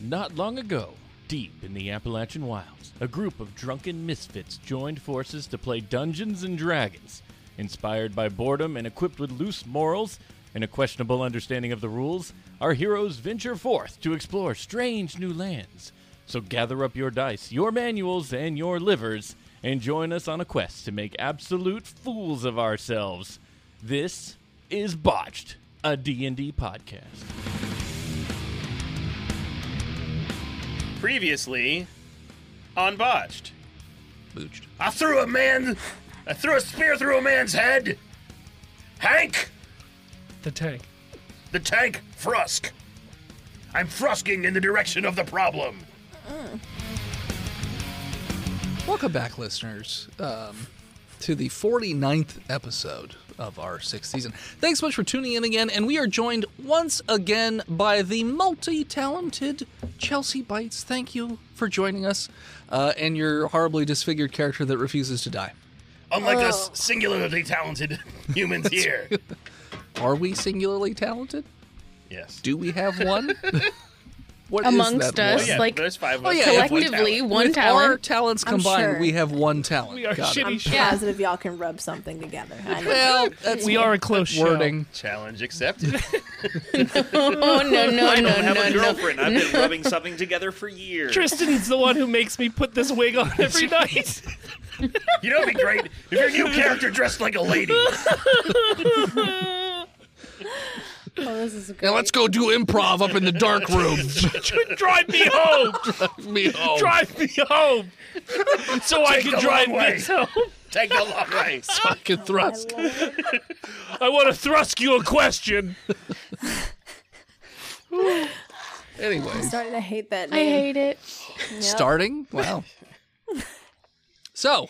Not long ago, deep in the Appalachian wilds, a group of drunken misfits joined forces to play Dungeons and Dragons. Inspired by boredom and equipped with loose morals and a questionable understanding of the rules, our heroes venture forth to explore strange new lands. So gather up your dice, your manuals, and your livers, and join us on a quest to make absolute fools of ourselves. This is Botched, a D&D podcast. previously on botched. booched. I threw a man. I threw a spear through a man's head. Hank, The tank. the tank, Frusk. I'm frusking in the direction of the problem. Welcome back, listeners, um, to the 49th episode of our sixth season. Thanks so much for tuning in again, and we are joined once again by the multi talented Chelsea Bites. Thank you for joining us uh, and your horribly disfigured character that refuses to die. Unlike us singularly talented humans here. Are we singularly talented? Yes. Do we have one? What is Amongst that us, one? yeah, like, there's five of Oh, us. yeah, if we- collectively one With Our talent. talents I'm combined, sure. we have one talent. We are shitty Yeah. positive y'all can rub something together. I know. Well, that's We are a close show. wording. Challenge accepted. Oh no no I don't no have no a no. girlfriend. I've been rubbing something together for years. Tristan's the one who makes me put this wig on every night. you know, it'd be great if your new character dressed like a lady. Oh, this is Now let's go do improv up in the dark room. drive me home. Me oh, home. drive me home. So I the can long drive way. this home. Take the long way. Fucking thrust. I want to thrust you a question. Anyway, starting to hate that I name. hate it. starting. Wow. So,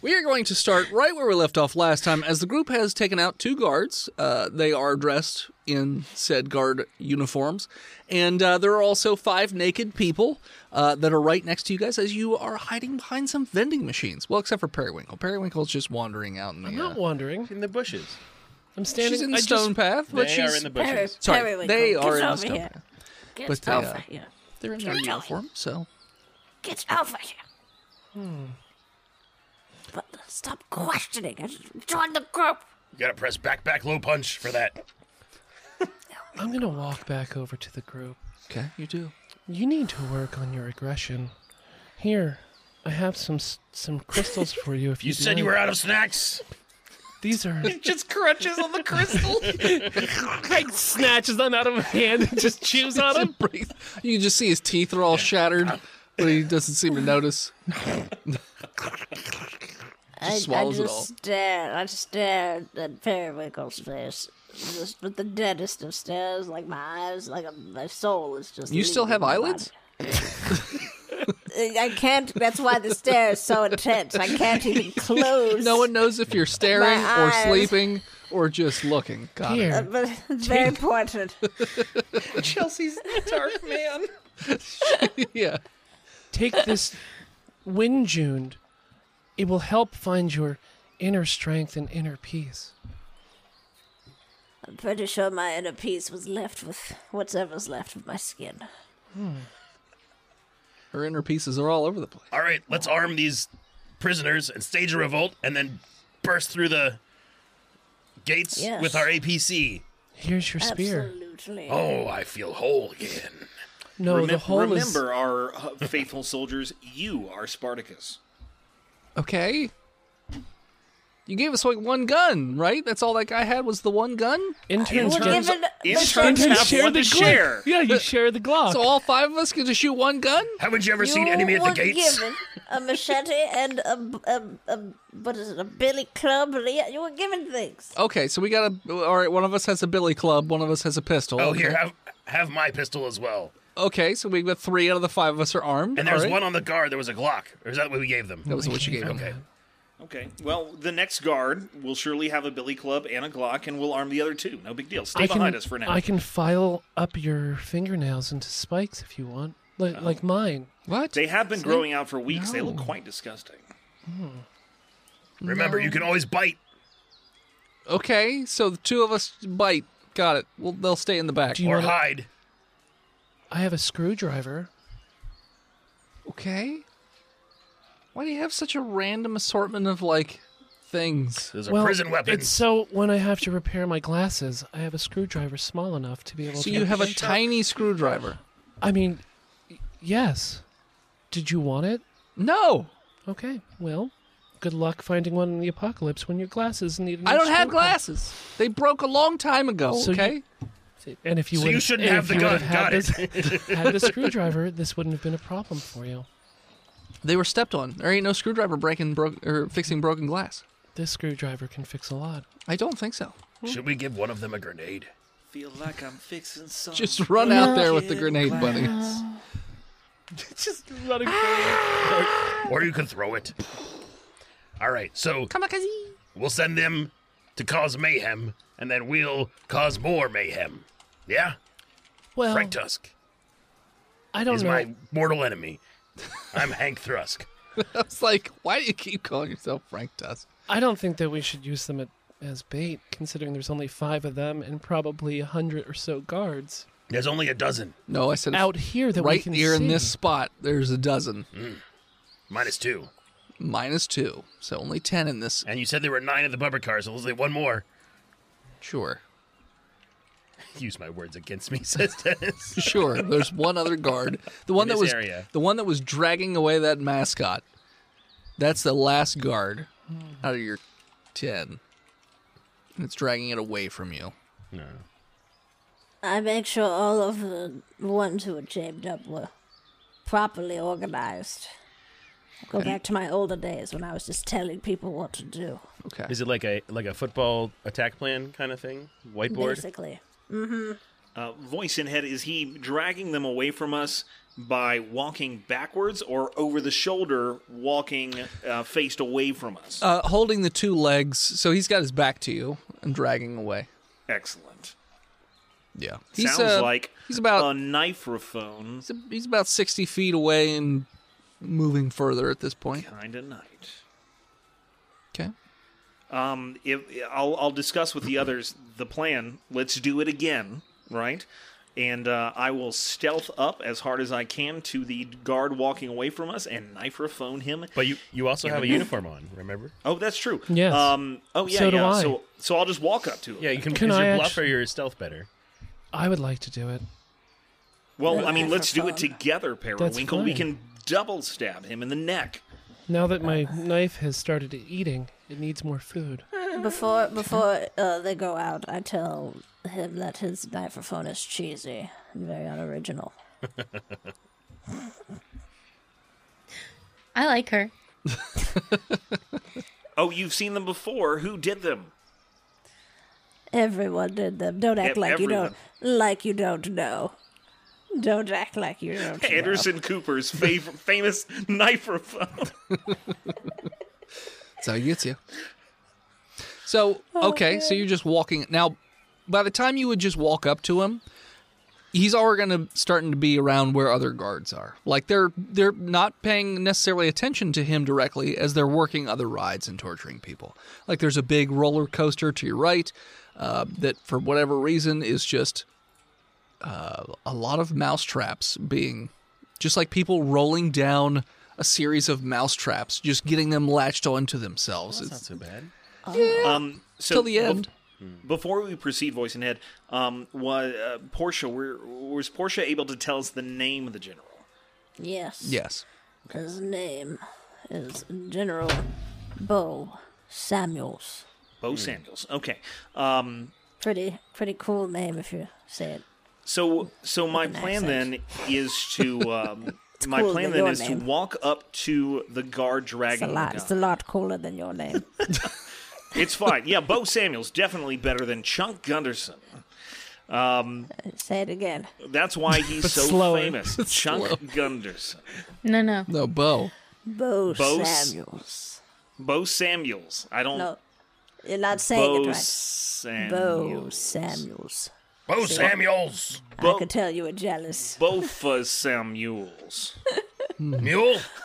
we are going to start right where we left off last time, as the group has taken out two guards. Uh, they are dressed in said guard uniforms, and uh, there are also five naked people uh, that are right next to you guys as you are hiding behind some vending machines. Well, except for Periwinkle. Periwinkle's just wandering out in the. I'm uh, not wandering. In the bushes. I'm standing. she's in I the just- stone path, but they she's are in the Perry- bushes. Sorry, Periwinkle, they get are in the over stone here. path. Get But they, over uh, here. They're in their uniform, so Get over here. But stop questioning. I just joined the group. You gotta press back, back, low punch for that. I'm gonna walk back over to the group. okay, you do. You need to work on your aggression. Here, I have some s- some crystals for you. If you, You said you were out of snacks. These are Just crunches on the crystal. Craig snatches them out of my hand and just chews on them. Breathe. You can just see his teeth are all shattered, but he doesn't seem to notice. I, swallows I it just all. stared. I stared at Periwinkle's face. Just with the deadest of stares, like my eyes, like a, my soul is just. You still leaving have my body. eyelids? I can't. That's why the stare is so intense. I can't even close. No one knows if you're staring My or eyes. sleeping or just looking. Got it. Here, But it's very important. Chelsea's dark man. Yeah. take this wind June. It will help find your inner strength and inner peace. I'm pretty sure my inner piece was left with whatever's left of my skin. Her inner pieces are all over the place. all right, let's arm these prisoners and stage a revolt and then burst through the gates Yes. with our APC. Here's your spear. Absolutely. Oh, I feel whole again. No, the whole remember our uh, faithful soldiers. You are Spartacus. Okay. You gave us like one gun, right? That's all that guy had was the one gun? is interns. We're get- given Interns interns have share one the to Glock. share. Yeah, you share the Glock. So all five of us can just shoot one gun? Haven't you ever seen you Enemy at the were Gates? given a machete and a, b- a- a- what is it? A billy club? Yeah, You were given things. Okay, so we got a. All right, one of us has a billy club, one of us has a pistol. Oh, okay. here, have have my pistol as well. Okay, so we've got three out of the five of us are armed. And there's All right. one on the guard. There was a Glock. Or is that what we gave them? That was what you gave him. Okay. Okay. Well, the next guard will surely have a billy club and a Glock, and we'll arm the other two. No big deal. Stay I can, behind us for now. I can file up your fingernails into spikes if you want, like, like mine. What? They have been growing out for weeks. They look No. quite disgusting. Remember, you can always bite. Okay, so the two of us bite. Got it. Well, they'll stay in the back. Do you Or wanna- hide. I have a screwdriver. Okay. Why do you have such a random assortment of like things? Those are Well, prison It's weapons. so when I have to repair my glasses, I have a screwdriver small enough to be able So to. you have a tiny screwdriver. I mean, y- yes. Did you want it? No, Okay. Well, good luck finding one in the apocalypse when your glasses need. a new I don't have screwdriver. glasses. They broke a long time ago. So you- okay. And if you So would you shouldn't and have if the you gun. would've Had Got it. this, had the screwdriver, this wouldn't have been a problem for you. they were stepped on. There ain't no screwdriver breaking broke or fixing broken glass. This screwdriver can fix a lot. I don't think so. Should we give one of them a grenade? Feel like I'm fixing something. Just run out there with the grenade, buddy. Just let it Ah, go. Or you could throw it. All right, so Kamikaze. we'll send them to cause mayhem, and then we'll cause more mayhem. Yeah? Well, Frank Tusk I don't is know. my mortal enemy. I'm Hank Thrusk. It's like, why do you keep calling yourself Frank Tusk? I don't think that we should use them at, as bait, considering there's only five of them and probably a hundred or so guards There's only a dozen, No, I said out here that we right can here see. in this spot. There's a dozen minus two. minus two, so only ten in this. And you said there were nine of the bumper cars, so there's only one more. Sure, Use my words against me, says Dennis. sure. There's one other guard. The one In that this was area. the one that was dragging away that mascot. That's the last guard out of your ten. And it's dragging it away from you. no. I make sure all of the ones who were chained up were properly organized. Go back to my older days when I was just telling people what to do. Okay. Is it like a like a football attack plan kind of thing? Whiteboard. Basically, Uh, voice in head, is he dragging them away from us by walking backwards or over the shoulder, walking uh, faced away from us? uh, holding the two legs, so he's got his back to you and dragging away. Excellent. Yeah. Sounds like he's about a microphone He's- He's about 60 feet away and moving further at this point. kind of night. Okay. Um, if I'll, I'll discuss with the others the plan. Let's do it again, right? And uh, I will stealth up as hard as I can to the guard walking away from us and microphone him But you you also have a uniform on. Remember? Oh, that's true. Yes. Um. Oh yeah. So do yeah. I. So so I'll just walk up to him. Yeah, you can. Can is I your actu- bluff or your stealth better? I would like to do it. Well, I mean, let's do it together, Periwinkle. We fine. can double stab him in the neck. Now that my knife has started eating, it needs more food. before before uh, they go out, I tell him that his microphone is cheesy and very unoriginal. I like her. Oh, you've seen them before. Who did them? Everyone did them. Don't act Ev- like everyone. you don't like you don't know. Don't act like you don't. Anderson Cooper's fav- famous microphone. That's how he gets you. So, okay, so you're just walking. Now, by the time you would just walk up to him, he's already going to starting to be around where other guards are. Like they're they're not paying necessarily attention to him directly as they're working other rides and torturing people. Like there's a big roller coaster to your right uh, that for whatever reason is just uh, a lot of mouse traps being just like people rolling down a series of mouse traps, just getting them latched onto themselves. It's- Not so bad. um. So till the bef- end. before we proceed, voice and head, um, was uh, Portia? Were, was Portia able to tell us the name of the general? know. Yes. Yes. His name is General Bo Samuels. Bo Sandals. Okay. Um. Pretty pretty cool name if you say it. So, so my an plan then accent. is to um, my cooler plan than then your is to name. walk up to the guard It's a dragon. lot. It's a lot cooler than your name. It's fine. Yeah, Bo Samuel's definitely better than Chunk Gunderson. say it again. That's why he's so slower. famous. Chunk Gunderson. No, no. No, Bo. Bo, Bo S- Samuels. Bo Samuels. I don't. No, you're not saying Bo it right. Bo Samuels. Samuels. Bo Samuels! I Bo- could tell you were jealous. Bofa Samuels. Mule? Hmm.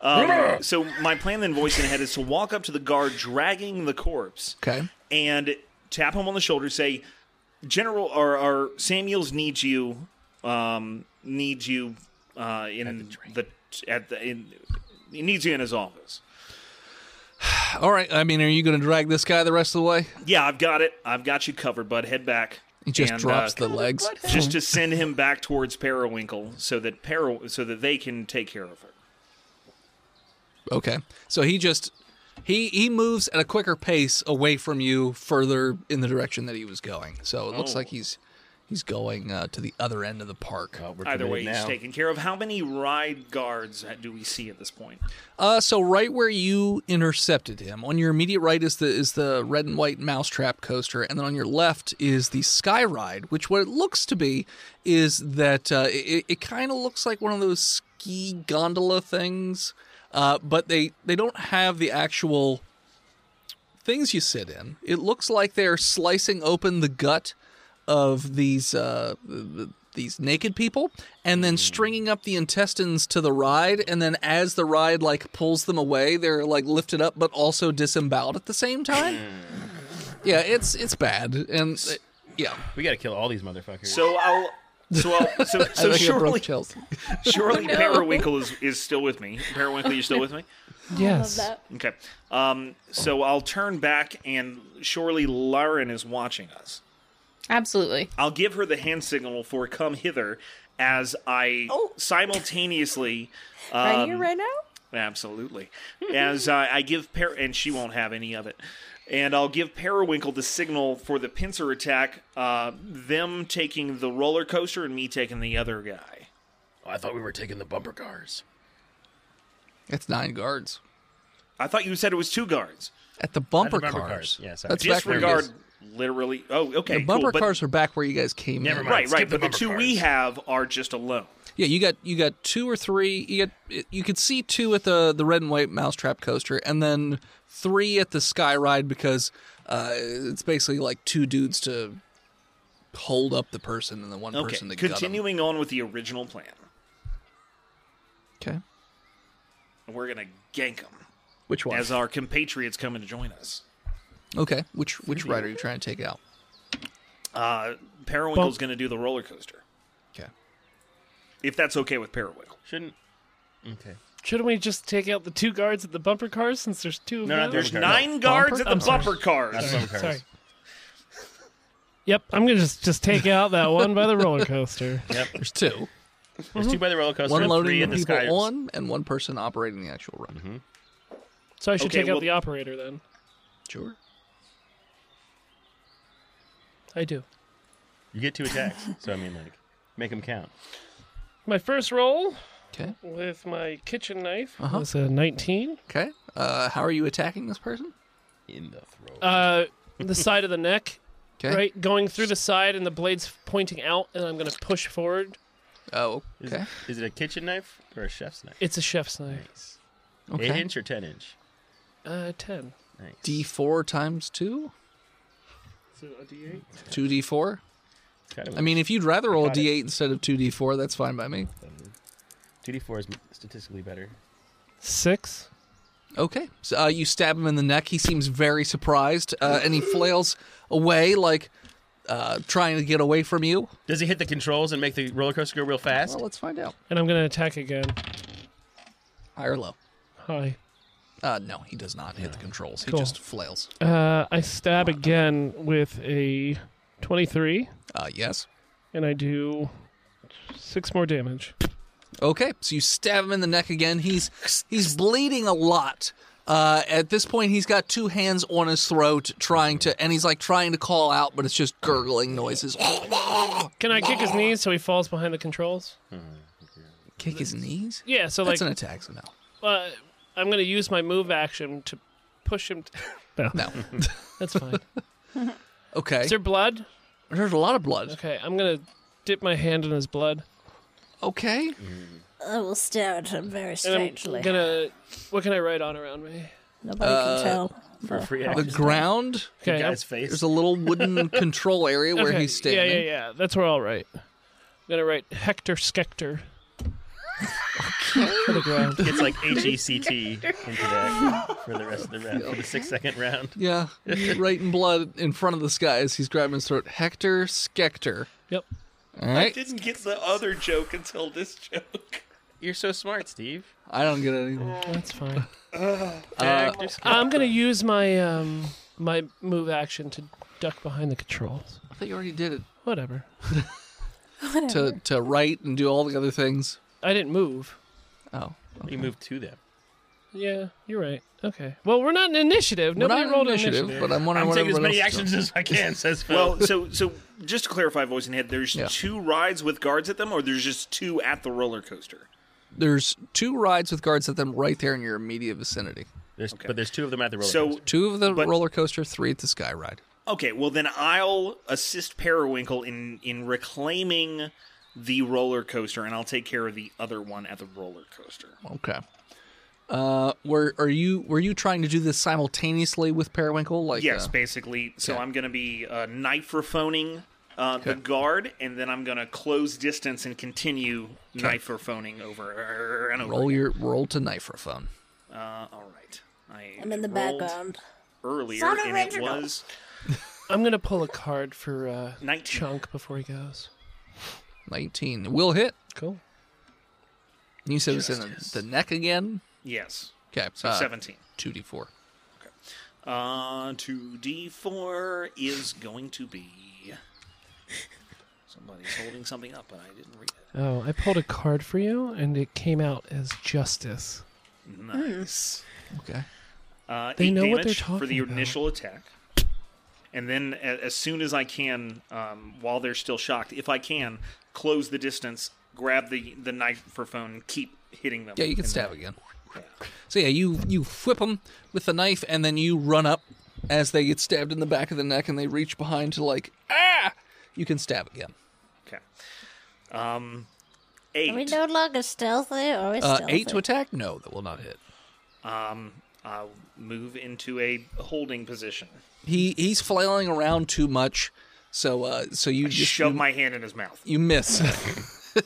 Um, so my plan then, voice in head, is to walk up to the guard dragging the corpse. Okay. and tap him on the shoulder, say, General or, or Samuels needs you. um, needs you uh, in the, at the in, he needs you in his office. All right. I mean, are you going to drag this guy the rest of the way? Yeah, I've got it. I've got you covered, bud. Head back. He just And, drops the uh, legs. just to send him back towards Periwinkle so that Peri- so that they can take care of her. Okay. So he just he he moves at a quicker pace away from you, further in the direction that he was going. So it Oh. looks like he's he's going uh, to the other end of the park. Oh, we're Either way, committed he's now. taken care of. How many ride guards do we see at this point? Uh, so right where you intercepted him, on your immediate right is the is the red and white mousetrap coaster, and then on your left is the sky ride, which what it looks to be is that uh, it, it kind of looks like one of those ski gondola things, uh, but they they don't have the actual things you sit in. It looks like they're slicing open the gut of these uh, th- th- these naked people, and then stringing up the intestines to the ride. And then as the ride like pulls them away, they're like lifted up, but also disemboweled at the same time. yeah, it's it's bad, and uh, yeah, We gotta kill all these motherfuckers. So I'll. So, I'll, so, so I think it broke surely, chills. surely Oh, no. Periwinkle is, is still with me. Periwinkle, you're still with me? Yes. Love that. Okay. Um, so Oh. I'll turn back, and surely Lauren is watching us. Absolutely. I'll give her the hand signal for come hither as I Oh. simultaneously. Right Um, here, right now? Absolutely. As uh, I give Per, and she won't have any of it. And I'll give Periwinkle the signal for the pincer attack. Uh, them taking the roller coaster and me taking the other guy. Oh, I thought we were taking the bumper cars. It's nine guards I thought you said it was two guards. at the bumper, bumper cars. cars. Yeah, sorry. That's back where you guys- Disregard literally. Oh, okay. The bumper cool, but- cars are back where you guys came Never in. mind. Right, Skip right. the But the bumper two we cars. have are just alone. Yeah, you got you got two or three. You got you could see two at the the red and white mousetrap coaster, and then three at the sky ride because uh, it's basically like two dudes to hold up the person and the one Okay. person to gut 'em. Continuing on with the original plan, Okay, we're gonna gank them which one? as our compatriots coming to join us. okay, which which ride are you trying to take out? Uh, Periwinkle's gonna do the roller coaster Okay, if that's okay with Periwinkle. Shouldn't. Okay. Shouldn't we just take out the two guards at the bumper cars since there's two of No, no, them? there's There's Okay. nine guards at the I'm sorry. bumper cars. Bumper cars. Sorry. Yep, I'm gonna just just take out that one by the roller coaster. there's two. There's two by the roller coaster, Mm-hmm. One and loading three the in the people sky. on, and one person operating the actual ride. So I should Okay, take well- out the operator then. Sure. I do. You get two attacks, so I mean, like, make them count. My first roll Okay. with my kitchen knife was a 19. Okay. Uh, how are you attacking this person? In the throat. Uh, the side of the neck, Okay. right, going through the side, and the blade's pointing out, and I'm gonna push forward. Oh. is, Okay. is it a kitchen knife or a chef's knife? It's a chef's knife. Nice. Okay. Eight inch or ten inch? Uh, 10. Nice. D four times two. So a D8. Two D four. It's kind of I mean, if you'd rather roll a got it. d8 instead of 2d4, that's fine by me. two D four is statistically better. Six. Okay. So, uh, you stab him in the neck. He seems very surprised, uh, and he flails away, like uh, trying to get away from you. Does he hit the controls and make the roller coaster go real fast? Well, let's find out. And I'm gonna attack again. High or low? Hi. Uh, no, he does not hit the controls. He Cool. just flails. Uh, I stab again with a 23, Uh, yes. and I do six more damage. Okay, so you stab him in the neck again. He's he's bleeding a lot. Uh, at this point, he's got two hands on his throat, trying to, and he's like trying to call out, but it's just gurgling noises. Can I kick his knees so he falls behind the controls? Kick his knees. Yeah, so like That's an attack, so no. uh, I'm gonna use my move action to push him. T- no, No. that's fine. Okay. Is there blood? There's a lot of blood. Okay, I'm gonna dip my hand in his blood, Okay. I will stare at him and very I'm strangely. gonna. What can I write on around me? Nobody can tell. Oh. For free The action. ground, Okay, guy's I'm- face. there's a little wooden control area where okay, he's standing. Yeah, yeah, yeah. That's where I'll write. I'm gonna write Hector Skector. For the ground. It's like H E C T into that for the rest of the round, for the six second round. yeah. right in blood in front of this guy as he's grabbing his throat. Hector Skector. Yep. All right. Didn't get the other joke until this joke. You're so smart, Steve. I don't get Uh, anything. That's fine. Actor skill. I'm gonna use my um my move action to duck behind the controls. I thought you already did it. Whatever. To to write and do all the other things. I didn't move. Oh. you move to them. Yeah, you're right. Okay. Well, we're not an initiative. We're Nobody not rolled an initiative, but I'm wondering I'm what taking as everyone many else is actions as I can, says Phil. Well, so so just to clarify, voice and head, there's Yeah. two rides with guards at them, or there's just two at the roller coaster. doing. There's two rides with guards at them right there in your immediate vicinity. there's, But there's two of them at the roller So coaster. Two of the But- roller coaster, three at the sky ride. okay, well then I'll assist Periwinkle in in reclaiming the roller coaster, and I'll take care of the other one at the roller coaster. Okay. Uh, were are you were you trying to do this simultaneously with Periwinkle? Like Yes, uh, basically. So Okay. I'm going to be uh, niprophoning uh, the Okay. guard, and then I'm going to close distance and continue niprophoning over and over. roll again. your roll to nitrophone. Uh, all right. I I'm in the rolled background. earlier, Sound and it original. was I'm gonna pull a card for uh, 19. Chunk before he goes. Nineteen will hit. Cool. You said it's in the, the neck again. yes, Okay, so 17. Two d four. Uh, two D four is going to be. Somebody's holding something up, but I didn't read it. Oh, I pulled a card for you, and it came out as justice. Nice. Okay. Uh, They eight know what they're damage for talking the about. initial attack, and then a- as soon as I can, um, while they're still shocked, if I can, close the distance, grab the the knife for phone, keep hitting them. Yeah, you can And stab again. So yeah, you you whip them with the knife, and then you run up as they get stabbed in the back of the neck, and they reach behind to like ah. You can stab again. Okay. Um, eight. Are we no longer stealthy, or are we Uh, stealthy? eight to attack? No, that will not hit. Um, I'll move into a holding position. He he's flailing around too much, so uh so you just Shove my hand in his mouth. You miss.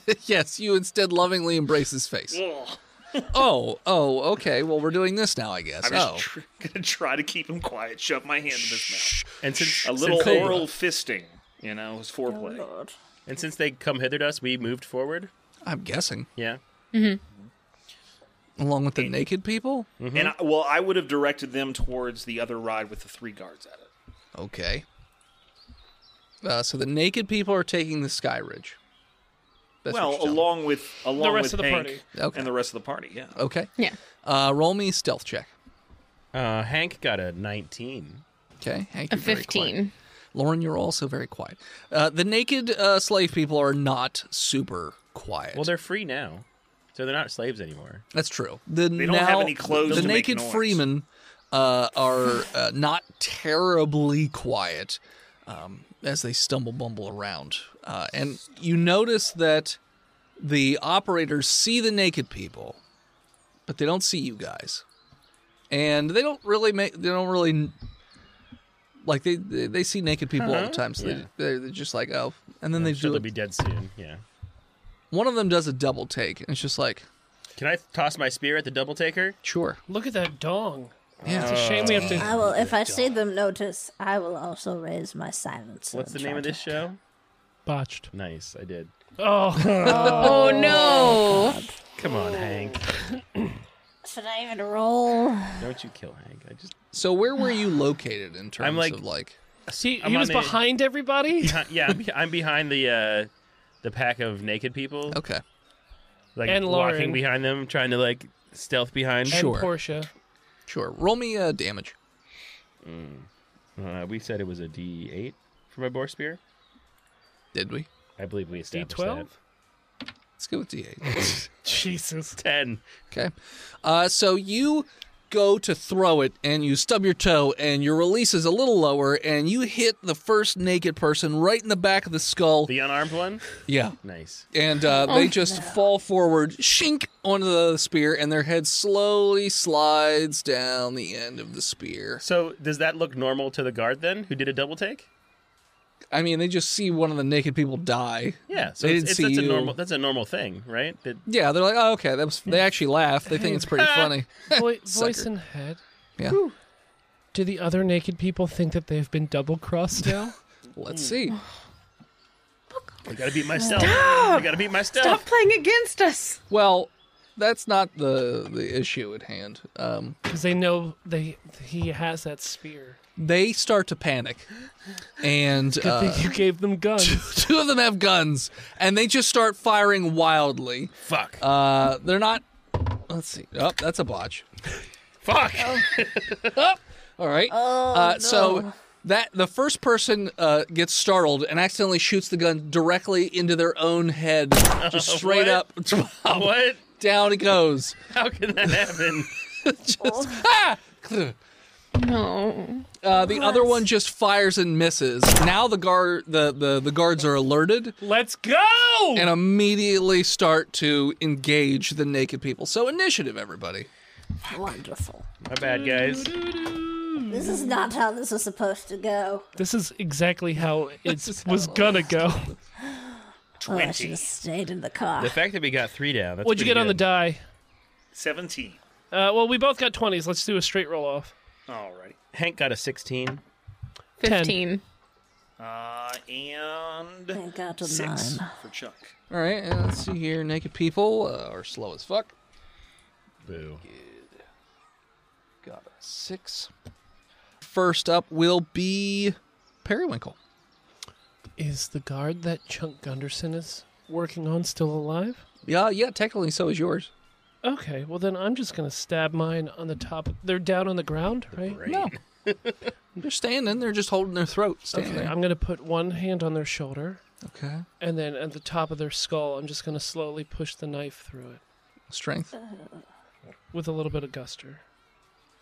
yes, you instead lovingly embrace his face. Ugh. Oh, oh, okay. Well, we're doing this now, I guess. I'm oh, just tr- gonna try to keep him quiet. Shove my hand in his and since, mouth. A little since they, oral fisting, you know, is foreplay. Oh, Lord. And since they come hither to us, we moved forward. I'm guessing Yeah. along with the naked people. Mm-hmm. And I, well, I would have directed them towards the other ride with the three guards at it. Okay. Uh, so the naked people are taking the Sky Ridge. That's what well, you're telling me. along with along The rest with of the Hank party. Okay. and the rest of the party. Yeah. Okay. Yeah. Uh, roll me stealth check. Uh, Hank got a 19. Okay. Hank, A you're very quiet. 15. Lauren, you're also very quiet. Uh, the naked uh, slave people are not super quiet. Well, they're free now, so they're not slaves anymore. That's true. The they don't have any clothes The to make naked noise. freemen uh, are uh, not terribly quiet um, as they stumble bumble around, uh, and you notice that the operators see the naked people, but they don't see you guys, and they don't really make. They don't really like they they, they see naked people Uh-huh. all the time, so Yeah. they, they're just like oh, and then they I'm sure do. they'll It. be dead soon. Yeah. One of them does a double take, and it's just like Can I toss my spear at the double taker? sure, Look at that dong. yeah. It's a shame we have Uh. to. I will, if I see them notice, I will also raise my silence. What's the and name of try this show? Botched. Nice, I did. Oh, Oh, no. Come on, Hank. to- Should I even roll? Don't you kill Hank. I just So where were you located in terms I'm like- of like? see, I'm he was on a- behind everybody. yeah, I'm, be- I'm behind the uh, the pack of naked people, Okay, like And Lauren. walking behind them, trying to like stealth behind. And Sure. Portia. sure. Roll me uh, damage. Uh, we said it was a D8 for my boar spear. Did we? I believe we established D12? Let's go with D8. Jesus. that. Ten. okay. Uh, so you go to throw it, and you stub your toe, and your release is a little lower, and you hit the first naked person right in the back of the skull. The unarmed one. yeah. Nice. And uh, they just fall forward, shink, onto the spear, and their head slowly slides down the end of the spear. So does that look normal to the guard then, who did a double take? I mean, they just see one of the naked people die. Yeah. So They it's, didn't it's, see that's a you. normal that's a normal thing, right? That Yeah, they're like, oh, okay. That was, they actually laugh. They think it's pretty funny. Vo- voice Sucker. and head. Yeah. Do the other naked people think that they've been double crossed now? Let's see. I gotta beat myself. I gotta beat myself. Stop playing against us. Well, that's not the the issue at hand. Um, because they know they he has that spear. they start to panic, and uh, you gave them guns. two of them have guns, and they just start firing wildly. Fuck. Uh, they're not. Let's see. Oh, that's a botch. Fuck. Oh. All right. Oh, uh, So that the first person uh, gets startled and accidentally shoots the gun directly into their own head, just straight up. What? Down it goes. How can that happen? Just- ah! No. Uh, the other one just fires and misses. Now the guard, the, the, the guards are alerted Let's go. and immediately start to engage the naked people. So initiative, everybody. Wonderful. My bad, guys. This is not how this is supposed to go. This is exactly how is it how was it gonna go. Oh, I should have stayed in the car. The fact that we got three down. That's What'd you pretty get on the good. die? 17. Uh, well, we both got twenties. Let's do a straight roll off. Alrighty. Hank got a 16. 15. Uh, and I got a six nine. for Chuck. All right, and let's see here. Naked people uh, are slow as fuck. Boo. Got a six. First up will be Periwinkle. Is the guard that Chunk Gunderson is working on still alive? Yeah, yeah. Technically, so is yours. Okay, well then I'm just gonna stab mine on the top. They're down on the ground, right? No, they're standing. They're just holding their throat. Standing Okay, there. I'm gonna put one hand on their shoulder, Okay. and then at the top of their skull, I'm just gonna slowly push the knife through it Strength. with a little bit of guster.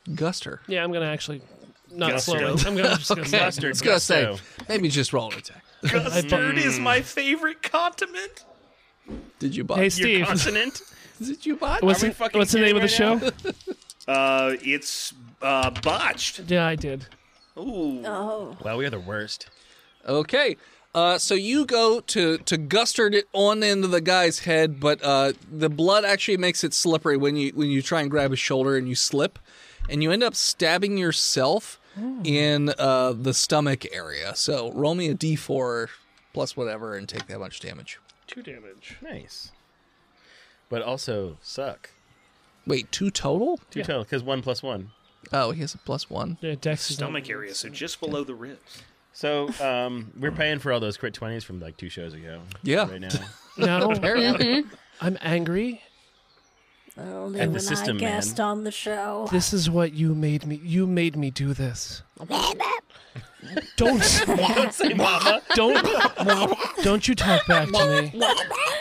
Guster. Yeah, I'm gonna actually not Guster. slowly. I'm gonna just gonna Okay. guster. It's gonna say maybe just roll an attack. Custard Hmm. Mm. is my favorite condiment. Did you buy? Hey Your Steve, consonant. Did you buy? what's, Are we the- fucking what's the name of the kidding show? right Uh, it's uh, botched. yeah, I did. Ooh. Oh, Wow, we are the worst. Okay. Uh, so you go to to gustard it on into the guy's head, but uh, the blood actually makes it slippery when you when you try and grab his shoulder and you slip, and you end up stabbing yourself in uh, the stomach area. So roll me a d4 plus whatever and take that much damage. Two damage. Nice. But also suck. Wait, two total? Two total, because one plus one. Oh, he has a plus one. Yeah, Dex is Stomach area, so just below the ribs. So um, we're paying for all those crit 20s from like two shows ago. Yeah. Right now. No, Apparently. I'm angry. only And the when system, man. I guessed on the show. This is what you made me. You made me do this. Don't don't don't don't you talk back to me.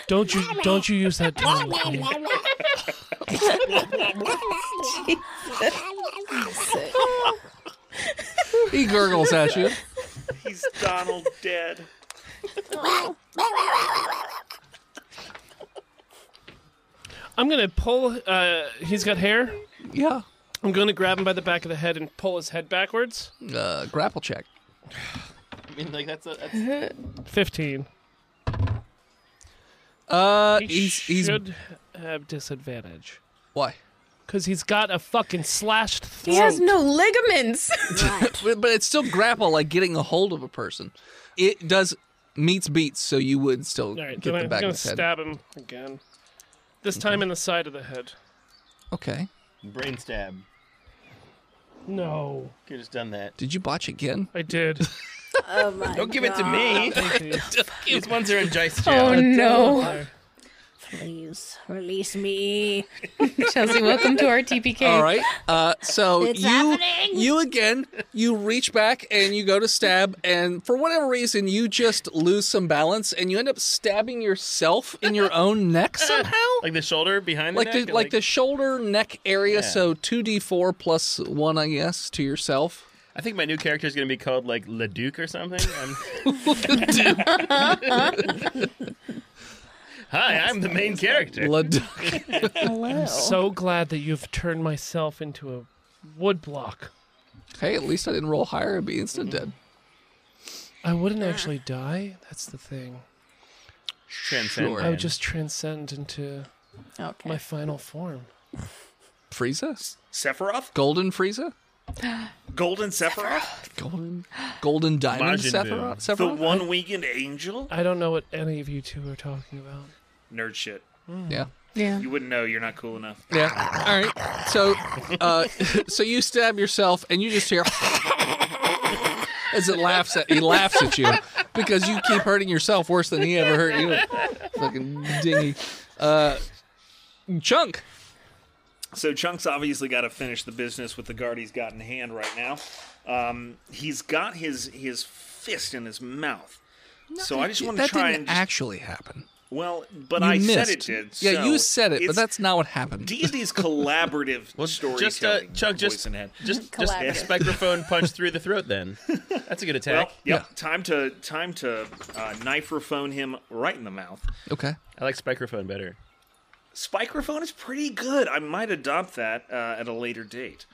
Don't you don't you use that tone. with me. he gurgles at you. He's Donald dead. I'm gonna pull. Uh, he's got hair. Yeah. I'm gonna grab him by the back of the head and pull his head backwards. Uh, grapple check. I mean, like, that's a. That's... Fifteen. Uh, He he's he's should have disadvantage why? because he's got a fucking slashed throat. He has no ligaments. But, but it's still grapple, like getting a hold of a person. It does meets beats, so you would still All right, get then the I'm back gonna of his head. stab him again. This time in the side of the head. Okay. Brain stab. No, Could have done that. Did you botch again? I did. oh my Don't give it to me. These ones are in dice oh jail. no. Please release me. Chelsea, welcome to our TPK. All right. Uh, so It's you happening. you again you reach back and you go to stab, and for whatever reason you just lose some balance and you end up stabbing yourself in your own neck somehow. Like the shoulder behind the Like the neck? like, the shoulder neck area. So two d four plus one, I guess, to yourself. I think my new character is going to be called like Leduc or something. I'm... Hi, I'm the main character. Blood. Hello. so glad that you've turned myself into a wood block. hey, at least I didn't roll higher and be instant dead. I wouldn't actually die. That's the thing. Transcend. Sure. I man. would Oh, just transcend into okay. my final form. Frieza, Sephiroth? Golden Frieza. Golden Sephiroth? Golden, golden diamond Majin Buu. Sephiroth. The Sephiroth? one winged angel? I don't know what any of you two are talking about. Nerd shit. Yeah. Yeah. You wouldn't know. You're not cool enough. Yeah. All right. So, uh, so you stab yourself, and you just hear as it laughs at he laughs at you because you keep hurting yourself worse than he ever hurt you. Fucking dingy. Uh, Chunk. So Chunk's obviously got to finish the business with the guard he's got in hand right now. Um, he's got his his fist in his mouth. so I just want to that try didn't and just, actually happen. well, but You I missed. said it did. Yeah, so you said it, but it's that's not what happened. D&D's collaborative storytelling. just uh, Chuck, voice just and head. just just a Collaborative. spectrophone punch through the throat. Then that's a good attack. Well, yep. Time to time to uh, microphone him right in the mouth. okay. I like spectrophone better. Spicrophone is pretty good. I might adopt that uh, at a later date.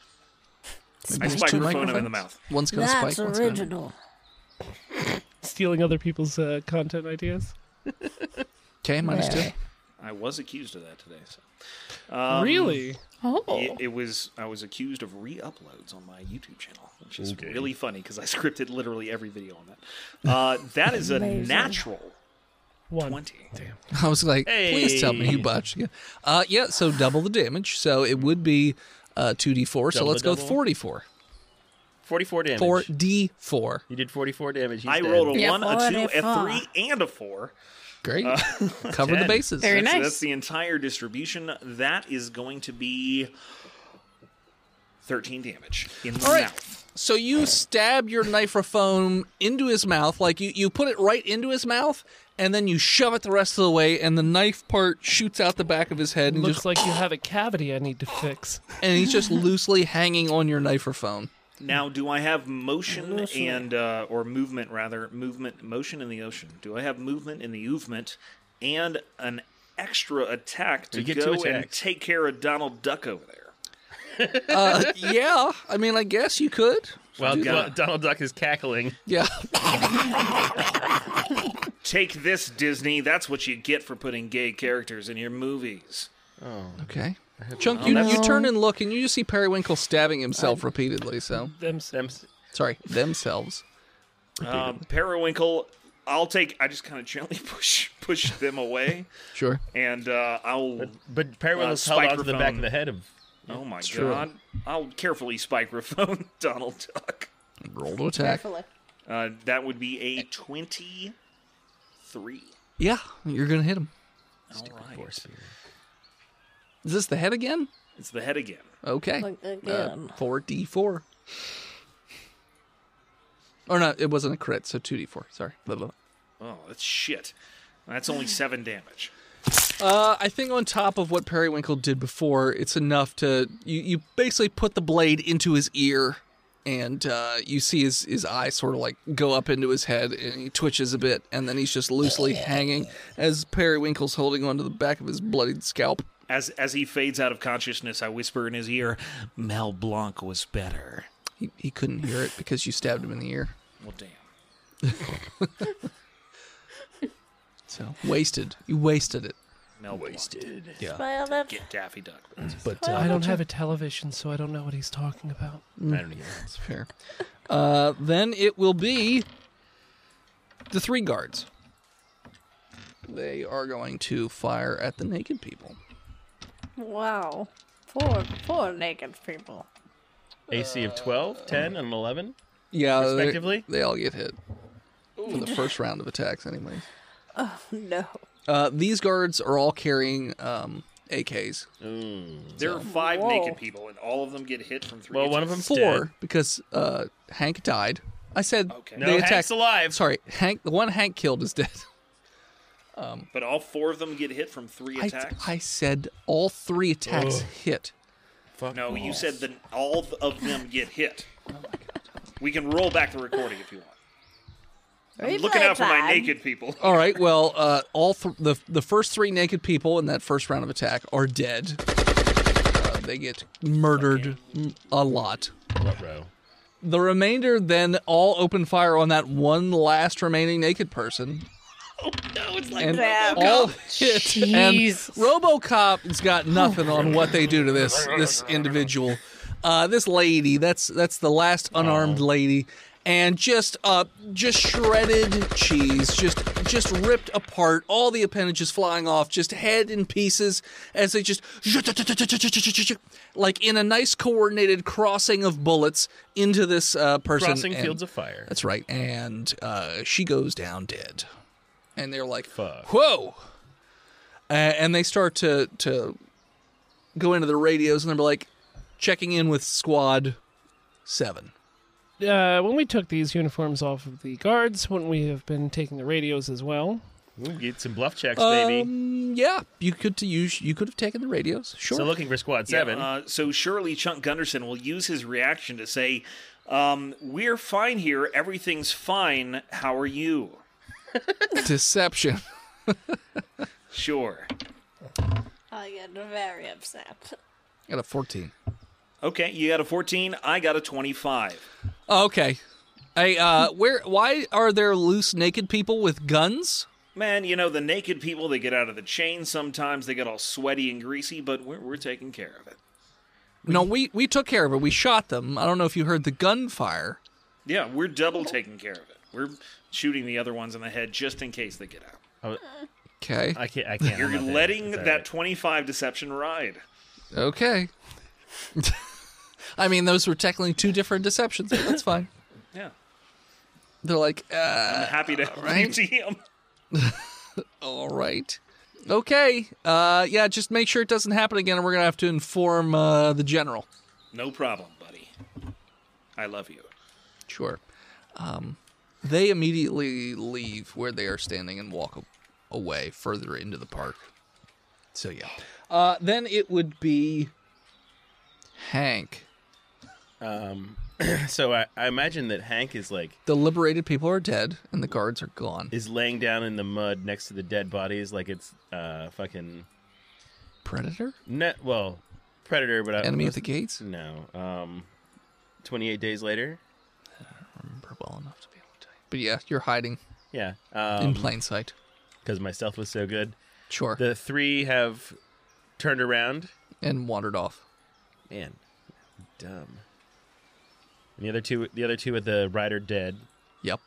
I There's two spicrophone him in the microphones. mouth. One's gonna That's spike. One's gonna... original. Stealing other people's uh, content ideas. Okay, minus two. I was accused of that today. So. really? It, Oh. it was I was accused of re-uploads on my YouTube channel, which is really funny because I scripted literally every video on that. Uh, that is a natural One. twenty. I was like, please tell me Hey. you botched it. Uh, yeah, so double the damage. So it would be uh, 2d4. So Double let's go with double? 44. Forty-four damage. 4d4. You did forty-four damage. He's I dead. rolled a Yeah, one, a two, a 44. three, and a four. Great. Uh, Cover the ten. bases. Very So nice. that's the entire distribution. That is going to be thirteen damage in the All right. mouth. So you stab your nitrophone into his mouth, like you, you put it right into his mouth, and then you shove it the rest of the way, and the knife part shoots out the back of his head, and, Looks just, like you have a cavity I need to fix. and he's just loosely hanging on your nitrophone. Now, do I have motion Motion. and uh, or movement rather movement motion in the ocean? Do I have movement in the movement and an extra attack to You get go two and attacks. take care of Donald Duck over there? Uh, yeah, I mean, I guess you could. Well, Yeah. Don- Donald Duck is cackling. Yeah. Take this, Disney. That's what you get for putting gay characters in your movies. Okay. Chunk, you, you turn and look, and you just see Periwinkle stabbing himself repeatedly. So Them Them- sorry, themselves. Um, Periwinkle, I'll take. I just kind of gently push push them away, Sure. and uh, I'll. But Uh, Periwinkle's held onto the back of the head of. oh my god! I'll carefully spicrophone Donald Duck. Roll to attack. Carefully. Uh, that would be a twenty-three. Yeah, you're gonna hit him. Alright. Is this the head again? It's the head again. Okay. Uh, Like, again. Four D four. Or no, it wasn't a crit, so two D four. Sorry. Blah, blah, blah. Oh, that's shit. That's only seven damage. Uh, I think on top of what Periwinkle did before, it's enough to you, you basically put the blade into his ear, and uh, you see his his eye sort of like go up into his head, and he twitches a bit, and then he's just loosely hanging as Periwinkle's holding onto the back of his bloodied scalp. As as he fades out of consciousness, I whisper in his ear, "Mel Blanc was better." He he couldn't hear it because you stabbed him in the ear, Well, damn. so wasted. You wasted it. Mel wasted. By all that- Get Daffy Duck. But I don't have a television, so I don't know what he's talking about. I don't even. That's fair. Uh, then it will be the three guards. They are going to fire at the naked people. Wow. Poor, poor naked people. AC of 12, 10, and 11. Yeah, they- Respectively? they all get hit from the first round of attacks, anyway. No. Uh, these guards are all carrying um, AKs. There are five Whoa. naked people, and all of them get hit from three. Well, one of inches. them's Four dead. because uh, Hank died. I said Okay. No, they Hank's attacked. alive. Sorry, Hank. The one Hank killed is dead. But all four of them get hit from three I, attacks. I said all three attacks hit. no, you said that all of them get hit. We can roll back the recording if you want. I'm looking Replay out for my time. naked people. All right. Well, uh, all th- the the first three naked people in that first round of attack are dead. Uh, they get murdered m- a lot. What row? The remainder then all open fire on that one last remaining naked person. Oh no! It's like and that. all hit. And Jesus. RoboCop's got nothing on what they do to this this individual. Uh, this lady, that's that's the last unarmed Oh. lady, and just uh, just shredded cheese, just just ripped apart, all the appendages flying off, just head in pieces as they just like in a nice coordinated crossing of bullets into this uh, person. Crossing and- fields of fire. that's right. And uh, she goes down dead. And they're like, whoa. Uh, and they start to, to go into the radios and they're like, checking in with squad seven. Uh, when we took these uniforms off of the guards, wouldn't we have been taking the radios as well? Ooh, get some bluff checks, baby. Um, yeah, you could to use you could have taken the radios. Sure. So looking for squad seven. Uh, so surely Chunk Gunderson will use his reaction to say, um, "We're fine here. Everything's fine. How are you?" Deception. Sure. I get Oh, very upset. Got a fourteen. Okay, you got a 14. I got a 25. Okay. Hey, uh, where? Why are there loose naked people with guns? Man, you know the naked people. They get out of the chain sometimes. They get all sweaty and greasy, but we're we're taking care of it. No, we we took care of it. We shot them. I don't know if you heard the gunfire. Yeah, we're double taking care of it. We're shooting the other ones in the head just in case they get out. Okay. I can't. I can't. You're I'm not there. letting It's all that right. 25 deception ride. Okay. I mean, those were technically two different deceptions. but That's fine. Yeah. They're like, uh, I'm happy to help right. you, GM. all right. Okay. Uh, yeah, just make sure it doesn't happen again, and we're going to have to inform uh, the general. No problem, buddy. I love you. Sure. Um, they immediately leave where they are standing and walk a- away further into the park. So, yeah. Uh, then it would be Hank. Um, so I, I imagine that Hank is like The liberated people are dead, and the guards are gone. is laying down in the mud next to the dead bodies, like it's uh fucking Predator? net. Well, predator, but I, Enemy at the gates? No. Um, twenty eight days later. remember well enough to be able to tell you. But yeah, you're hiding Yeah. in Um, plain sight. because myself was so good. Sure. The three have turned around. and wandered off. Man, dumb. And the other two, the other two with the rider dead. Yep.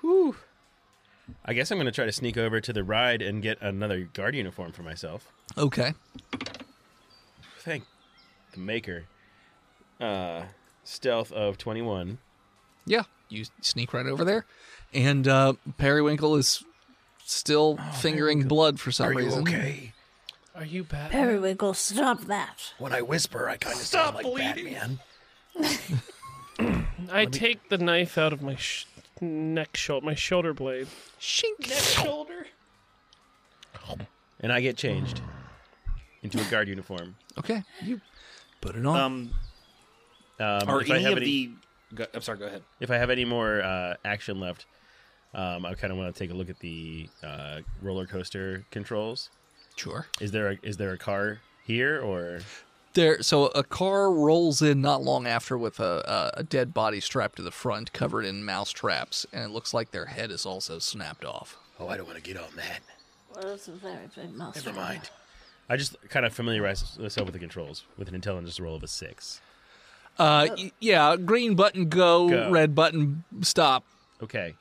Whew. I guess I'm going to try to sneak over to the ride and get another guard uniform for myself. Okay. Thank the maker. Uh, stealth of 21. Yeah. You sneak right over there. And uh, Periwinkle is Oh, still fingering blood for some reason. okay? Are you bad? Periwinkle, stop that. When I whisper, I kind of Stop sound like bleeding. Batman. I take the knife out of my sh- neck shoulder, my shoulder blade. And I get changed into a guard uniform. Okay. You put it on. Um, Um, are if, I any have of any, the? Go, I'm sorry. Go ahead. if I have any more uh, action left, um, I kind of want to take a look at the uh, roller coaster controls. sure. Is there a, is there a car here or There. So a car rolls in not long after with a, a, a dead body strapped to the front, covered in mouse traps, and it looks like their head is also snapped off. Oh, I don't want to get on that. Well, it's a very big muscle. Never mind. I just kind of familiarize myself with the controls with an intelligence roll of a six. Uh, y- yeah. Green button go, Go. red button stop. Okay.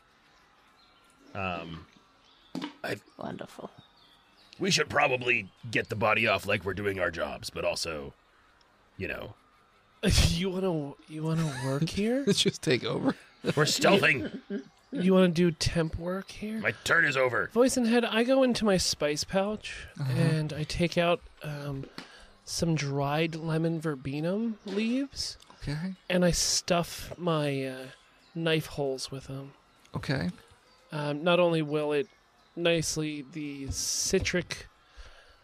Um, Wonderful. We should probably get the body off like we're doing our jobs, but also, you know, you wanna you wanna work here? Let's just take over. we're stealthing. You wanna do temp work here? My turn is over. Voice and head, I go into my spice pouch and I take out um, some dried lemon verbenum leaves Okay. and I stuff my uh, knife holes with them. Okay. Um, not only will it nicely the citric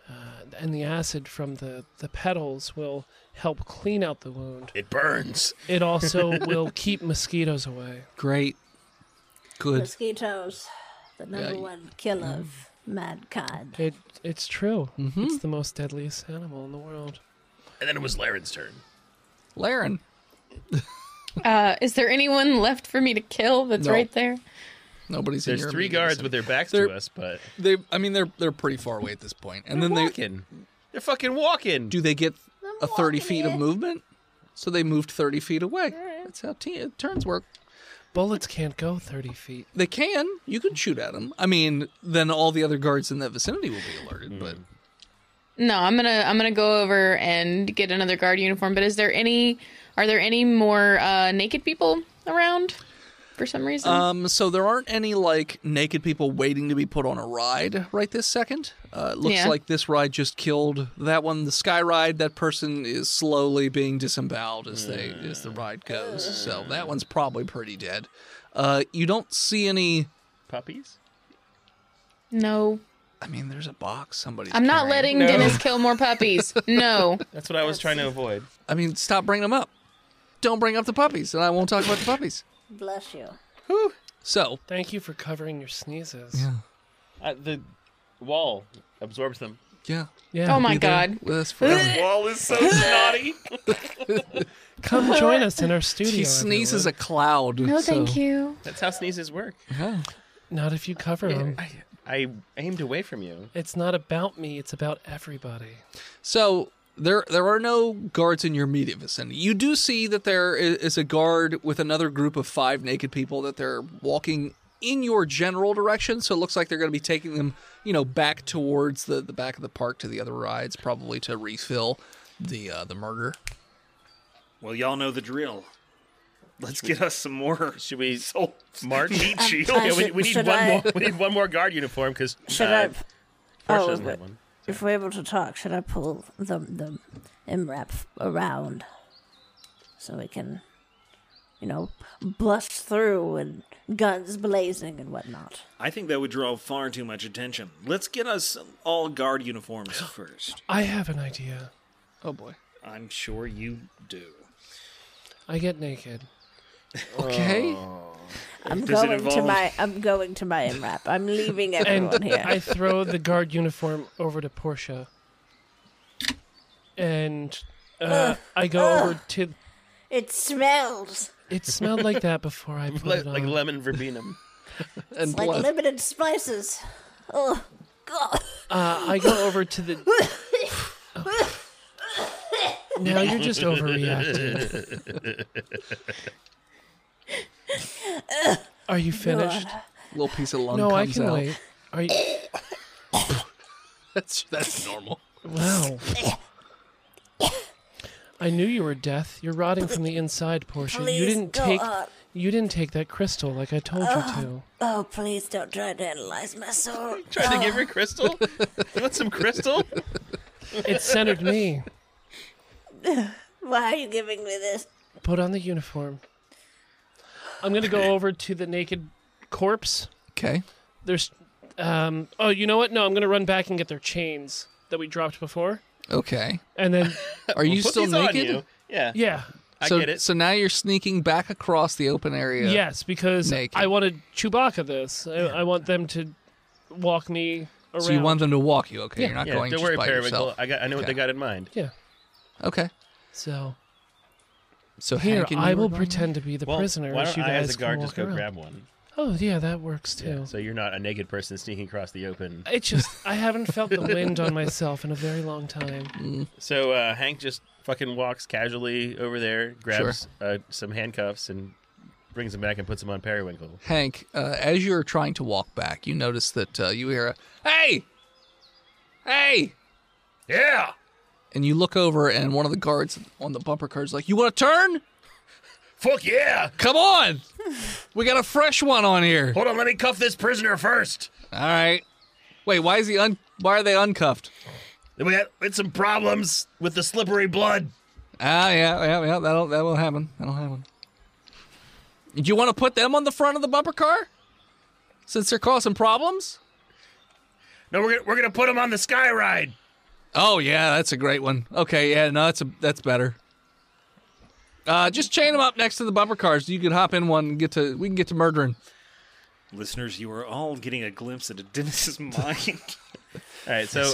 uh, and the acid from the, the petals will help clean out the wound. It burns. It also will keep mosquitoes away. Great. Good. Mosquitoes, the number Yeah, y- one killer of mankind. It it's true. It's the most deadliest animal in the world. And then it was Laren's turn. Laren. Uh, is there anyone left for me to kill that's No. right there? Nobody's in there's your three immediate guards with their backs They're- to us, but vicinity. They I mean they're they're pretty far away at this point. And they're then they walking. They're fucking walking. do they get a 30 feet of movement. So they moved 30 feet away. That's how t- turns work. Bullets can't go 30 feet. They can. You can shoot at them. I mean, then all the other guards in that vicinity will be Hmm. alerted, but No, I'm gonna I'm gonna go over and get another guard uniform. But is there any? Are there any more uh, naked people around? For some reason, Um, so there aren't any like naked people waiting to be put on a ride right this second. Uh, it looks Yeah. like this ride just killed that one. The sky ride, that person is slowly being disemboweled as they as the ride goes. So that one's probably pretty dead. Uh, you don't see any. Puppies? no. I mean, there's a box. Somebody's. I'm not carrying. letting Dennis kill more puppies. No. That's what I was trying to avoid. I mean, stop bringing them up. Don't bring up the puppies, and I won't talk about the puppies. Bless you. So Thank you for covering your sneezes. Yeah. Uh, the wall absorbs them. yeah. Yeah. Oh my be there god. With us forever. Wall is so snotty. Come join us in our studio. He sneezes a cloud. No, Oh, thank you. That's how sneezes work. Not if you cover them. I, I aimed away from you. It's not about me. It's about everybody. So there there are no guards in your immediate vicinity. You do see that there i- is a guard with another group of five naked people that they're walking in your general direction. So it looks like they're going to be taking them, you know, back towards the, the back of the park to the other rides, probably to refill the uh, the murder. Well, y'all know the drill. Let's get us some more Should we soul march? meat yeah, shield. fine. we, we need Um, Should one I- more. We need one more guard uniform because Should uh, I? Porsche oh, doesn't wait. have one. If we're able to talk, should I pull the the MRAP around so we can, you know, bust through and guns blazing and whatnot? I think that would draw far too much attention. Let's get us all guard uniforms first. I have an idea. Oh boy. I'm sure you do. I get naked. Okay. I'm Does going it to involve- my I'm going to my MRAP. I'm leaving everyone And here. I throw the guard uniform over to Portia. And uh, I go over to. It smells It smelled like that before I put Le- it on. like lemon verbena. and like blood. limited spices. Oh God! Uh, I go over to the. now you're just overreacting. Are you finished? little piece of lung No, I comes can out. wait. Are you? That's that's normal. Wow. I knew you were death. You're rotting from the inside, Portia. you Please didn't go take. on. You didn't take that crystal like I told you to. Oh, please don't try to analyze my soul. Trying to give her crystal. you want some crystal? It centered me. Why are you giving me this? Put on the uniform. I'm gonna go over to the naked corpse. Okay. There's, um. Oh, you know what? No, I'm gonna run back and get their chains that we dropped before, Okay. and then Are you Put still these naked? On you. Yeah, yeah, I so, get it. So now you're sneaking back across the open area. yes, because Naked. I wanted Chewbacca. This I, I want them to walk me around. So you want them to walk you? Okay, you're not yeah, going don't just worry, by Periwinkle. yourself. I got. I know what Okay. they got in mind. yeah. Okay. So So here Hank and I you will were going- pretend to be the Well, prisoner. why as don't you I, guys as a can guard, walk just go around. grab one? Oh yeah, that works too. So you're not a naked person sneaking across the open. It's just I haven't felt the wind on myself in a very long time. So uh, Hank just fucking walks casually over there, grabs uh, some handcuffs, and brings them back and puts them on Periwinkle. Hank, uh, as you're trying to walk back, you notice that uh, you hear a "Hey, hey," Yeah. and you look over, and one of the guards on the bumper car is like, "You want to turn? Fuck yeah. Come on, we got a fresh one on here." All Hold on, let me cuff this prisoner first. right. Wait, why is he un? Why are they uncuffed? We had, we had some problems with the slippery blood. Ah, yeah, yeah, yeah. That'll that'll happen. That'll happen. Do you want to put them on the front of the bumper car? Since they're causing problems? No, we're gonna, we're gonna put him on the sky ride. Oh yeah, that's a great one. Okay, yeah, no, that's a that's better. Uh, just chain them up next to the bumper cars. You can hop in one and get to we can get to murdering. Listeners, you are all getting a glimpse into Dennis's mind. All right, so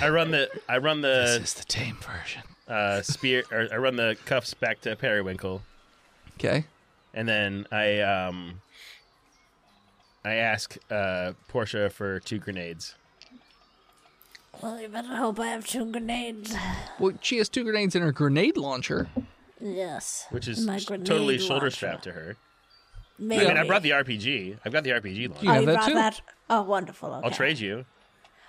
I run the I run the the tame version. uh, spear or I run the cuffs back to Periwinkle, Okay. and then I um I ask uh, Portia for two grenades. Well, you better hope I have two grenades. Well, she has two grenades in her grenade launcher. Yes. which is My s- grenade totally shoulder launcher. strapped to her. Maybe. I mean, I brought the RPG. I've got the RPG launcher. You Oh, have you that brought too? that? Oh, wonderful. Okay. I'll trade you.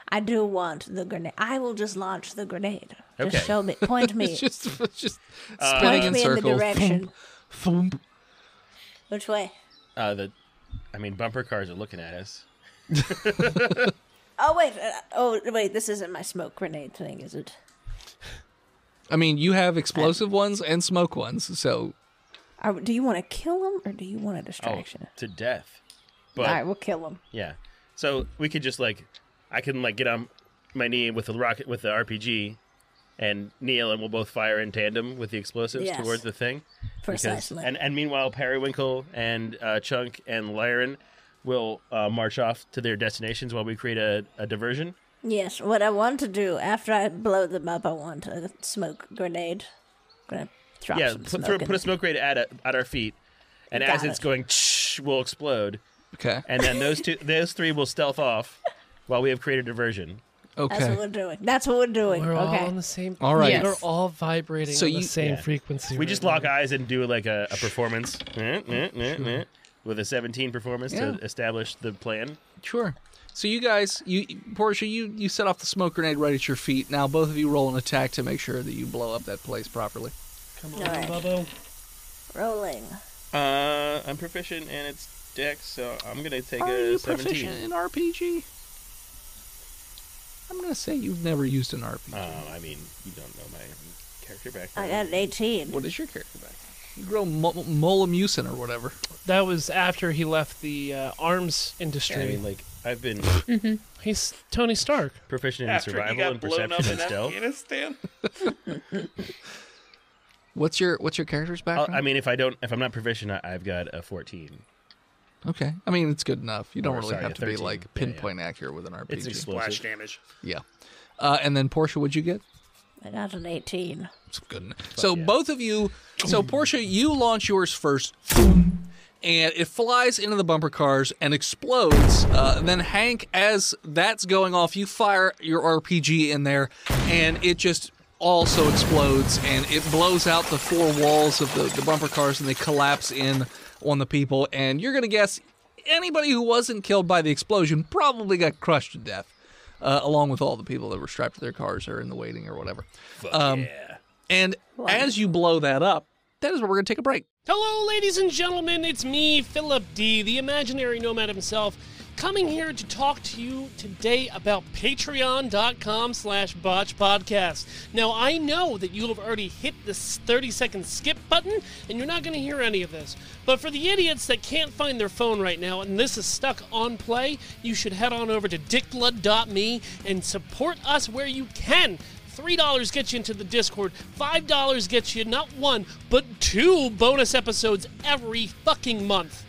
I do want the grenade. I will just launch the grenade. Just Okay. show me. Point me. It's just, it's just spinning in point Uh, me in the circles. direction. Thump. Which way? Uh, the, I mean, bumper cars are looking at us. Oh wait. Uh, oh wait. This isn't my smoke grenade thing, is it? I mean, you have explosive ones and smoke ones, so Are, do you want to kill him or do you want a Oh, distraction? to death. But All right, we'll kill him. yeah, so we could just like, I can like get on my knee with the rocket with the RPG, and Neil and we'll both fire in tandem with the explosives Yes. towards the thing. Because- Precisely. and and meanwhile, Periwinkle and uh, Chunk and Lyran will uh, march off to their destinations while we create a, a diversion. Yes, what I want to do after I blow them up, I want a smoke grenade. gonna drop yeah, some put, smoke throw, in put a there. smoke grenade at it- at our feet, and Got as it's it. going, "Tsh," will explode, okay, and then those two, those three will stealth off, while we have created diversion. That's what okay, we're doing. That's what we're doing. We're okay. all on the same. all right. Yes. We're all vibrating So on you- the same Yeah. frequency. We just right lock eyes and do like a, a performance Eh, eh, eh, eh, with a 17 performance Yeah. to establish the plan. Sure. So you guys, you Portia, you you set off the smoke grenade right at your feet. Now both of you roll an attack to make sure that you blow up that place properly. All right. Rolling. Uh, I'm proficient and it's Dex, so I'm gonna take Are you proficient in RPG? I'm gonna say you've never used an RPG. Um, I mean, you don't know my character I background. got an 18. What is your character back? You grow mo- Molamucin or whatever. That was after he left the uh, arms industry. I mean, like I've been He's Tony Stark. proficient in After survival he got and blown perception up in and stealth. Afghanistan. What's your What's your character's I'll- background? Uh, I mean, if I don't, if I'm not proficient, I- I've got a 14. okay, I mean it's good enough. You don't Or, really sorry, have a to be 13. like Yeah, yeah. pinpoint accurate with an RPG. It's Splash explosive. damage. yeah. Uh, and then Portia, what'd you get? I got an 18. It's good. enough. so yeah. both of you. So Portia, you launch yours first, and it flies into the bumper cars and explodes. Uh, then Hank, as that's going off, you fire your RPG in there, and it just also explodes and it blows out the four walls of the, the bumper cars and they collapse in on the people. And you're gonna guess anybody who wasn't killed by the explosion probably got crushed to death. Uh, along with all the people that were strapped to their cars or in the waiting or whatever. Um, and as you blow that up, that is where we're going to take a break. Hello, ladies and gentlemen. It's me, Philip D, the imaginary nomad himself, coming here to talk to you today about patreon.com slash botch podcast. Now, I know that you have already hit this 30 second skip button, and you're not going to hear any of this. But for the idiots that can't find their phone right now and this is stuck on play, you should head on over to dickblood.me and support us where you can. $3 gets you into the Discord. $5 gets you not one, but two bonus episodes every fucking month.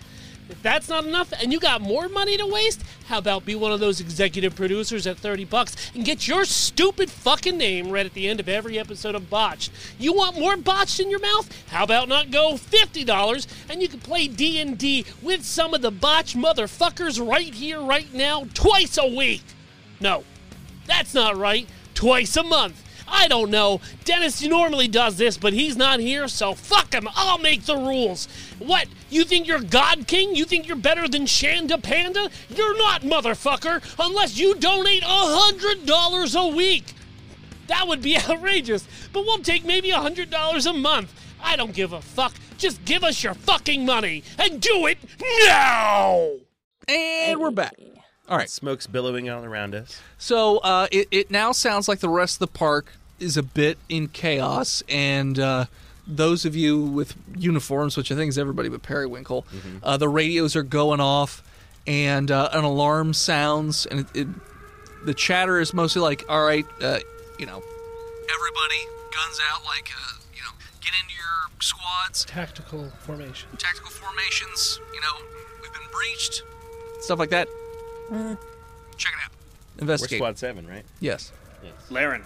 If that's not enough and you got more money to waste, how about be one of those executive producers at 30 bucks and get your stupid fucking name read at the end of every episode of Botched. You want more botched in your mouth? How about not go $50 and you can play D&D with some of the botch motherfuckers right here right now twice a week. No, that's not right. Twice a month. I don't know. Dennis normally does this, but he's not here, so fuck him. I'll make the rules. What? You think you're God King? You think you're better than Shanda Panda? You're not, motherfucker, unless you donate $100 a week. That would be outrageous. But we'll take maybe $100 a month. I don't give a fuck. Just give us your fucking money and do it now! And we're back. All right. Smoke's billowing all around us. So uh, it, it now sounds like the rest of the park is a bit in chaos, and uh, those of you with uniforms, which I think is everybody but Periwinkle, uh, the radios are going off, and uh, an alarm sounds, and it, it, the chatter is mostly like, "All right, uh, you know, everybody, guns out, like, uh, you know, get into your squads, Tactical formation. tactical formations. You know, we've been breached, stuff like that. Check it out. We're Investigate. squad seven, right? Yes. Laren,